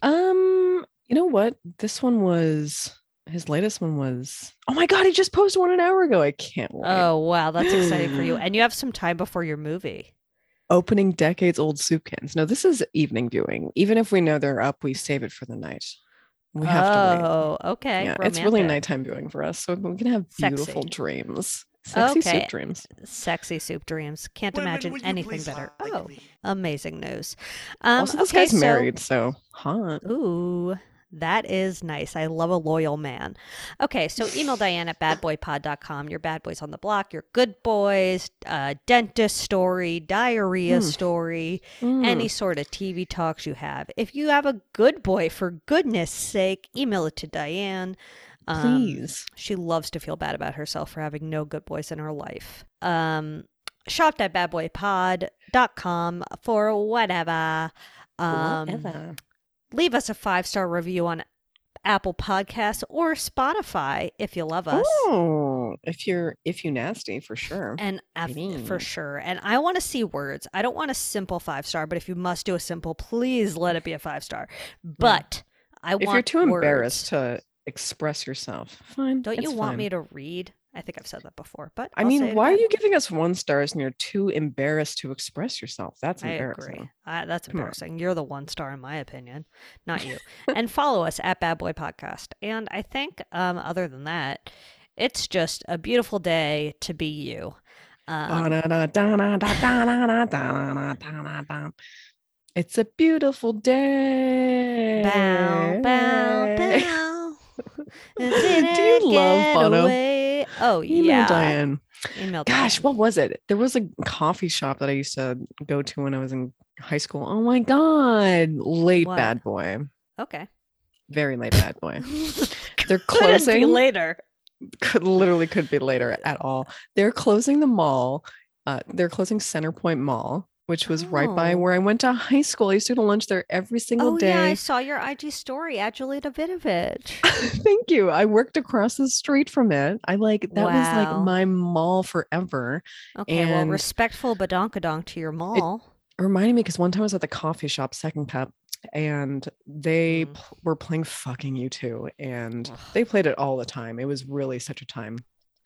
C: Um, you know what? This one was his latest one was. Oh my god, he just posted one an hour ago. I can't wait.
B: Oh wow, that's exciting for you. And you have some time before your movie.
C: Opening decades old soup cans. No, this is evening viewing. Even if we know they're up, we save it for the night. We have to wait.
B: oh, okay.
C: yeah, it's really
B: romantic.
C: nighttime viewing for us, so we can have beautiful
B: Sexy.
C: dreams, sexy
B: Okay.
C: soup dreams.
B: Sexy soup dreams. Can't
G: Women,
B: imagine
G: will you
B: anything
G: please
B: better.
G: like
B: Oh,
G: me?
B: amazing news. Um,
C: also, this
B: okay,
C: guy's
B: so-
C: married, so hot.
B: Ooh, that is nice. I love a loyal man. Okay, so email Diane at badboypod.com. Your bad boys on the block, your good boys, uh, dentist story, diarrhea
C: Hmm.
B: story,
C: Mm.
B: any sort of TV talks you have. If you have a good boy, for goodness sake, email it to Diane. Um,
C: please,
B: she loves to feel bad about herself for having no good boys in her life. Um, shopped at badboypod.com for whatever. Um,
C: Whatever.
B: leave us a five star review on Apple Podcasts or Spotify if you love us.
C: Oh, if you're if you nasty for sure.
B: And af- for
C: Indeed.
B: sure. And I want to see words. I don't want a simple five star, but if you must do a simple, please let it be a five star. But I
C: if
B: want
C: you're too embarrassed
B: words.
C: to express yourself, fine.
B: don't you
C: it's
B: want
C: fine.
B: me to read? I think I've said that before, but
C: I
B: I'll say
C: mean,
B: it
C: why are
B: again.
C: you giving us one stars and you're too embarrassed to express yourself? That's
B: I
C: embarrassing.
B: agree. I, that's
C: Come on.
B: embarrassing. You're the one star in my opinion, not you. and follow us at Bad Boy Podcast. And I think, um, other than that, it's just a beautiful day to be you. Um,
C: Da-na-da-da-na-da-da-na-da-na-da-na-da. It's a beautiful day.
B: bow, bow, bow. Didn't
C: Do you love
B: get
C: Bono?
B: away. Oh
C: Email
B: yeah,
C: Diane.
B: Email
C: Gosh,
B: Diane.
C: what was it? There was a coffee shop that I used to go to when I was in high school. Oh my God. Late
B: What?
C: bad boy.
B: Okay.
C: Very late bad boy. They're
B: Couldn't be
C: closing.
B: later.
C: could literally could be later at all. They're closing the mall. Uh, they're closing Center Point Mall, which was right by
B: Oh.
C: where I went to high school. I used to go to lunch there every single
B: Oh
C: day.
B: yeah, I saw your IG story at Julie Davidovich.
C: Thank you. I worked across the street from it. I like that was
B: Wow.
C: like my mall forever.
B: Okay, well,
C: And-
B: respectful badonkadonk to your mall.
C: It reminded me because one time I was at the coffee shop, Second Cup, and they
B: Mm.
C: pl- were playing "Fucking You Too," and
B: Ugh.
C: they played it all the time. It was really such a time.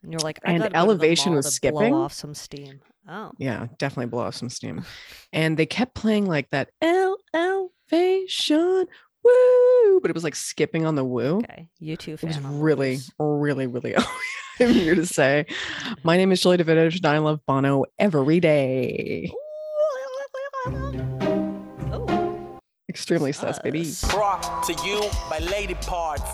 B: And you're like, I
C: And
B: gotta go to the
C: elevation
B: mall
C: was
B: to
C: skipping?
B: Blow off some steam. Oh,
C: yeah, definitely blow off some steam. And they kept playing like that elevation woo, but it was like skipping on the woo.
B: okay. You two
C: It
B: fan.
C: was
B: on
C: really,
B: Lotus.
C: really, really I'm here to say. My name is Julie Davidovich and I love Bono every day.
B: Ooh. Oh.
C: Extremely sus, baby.
A: Brought to you by Lady Parts.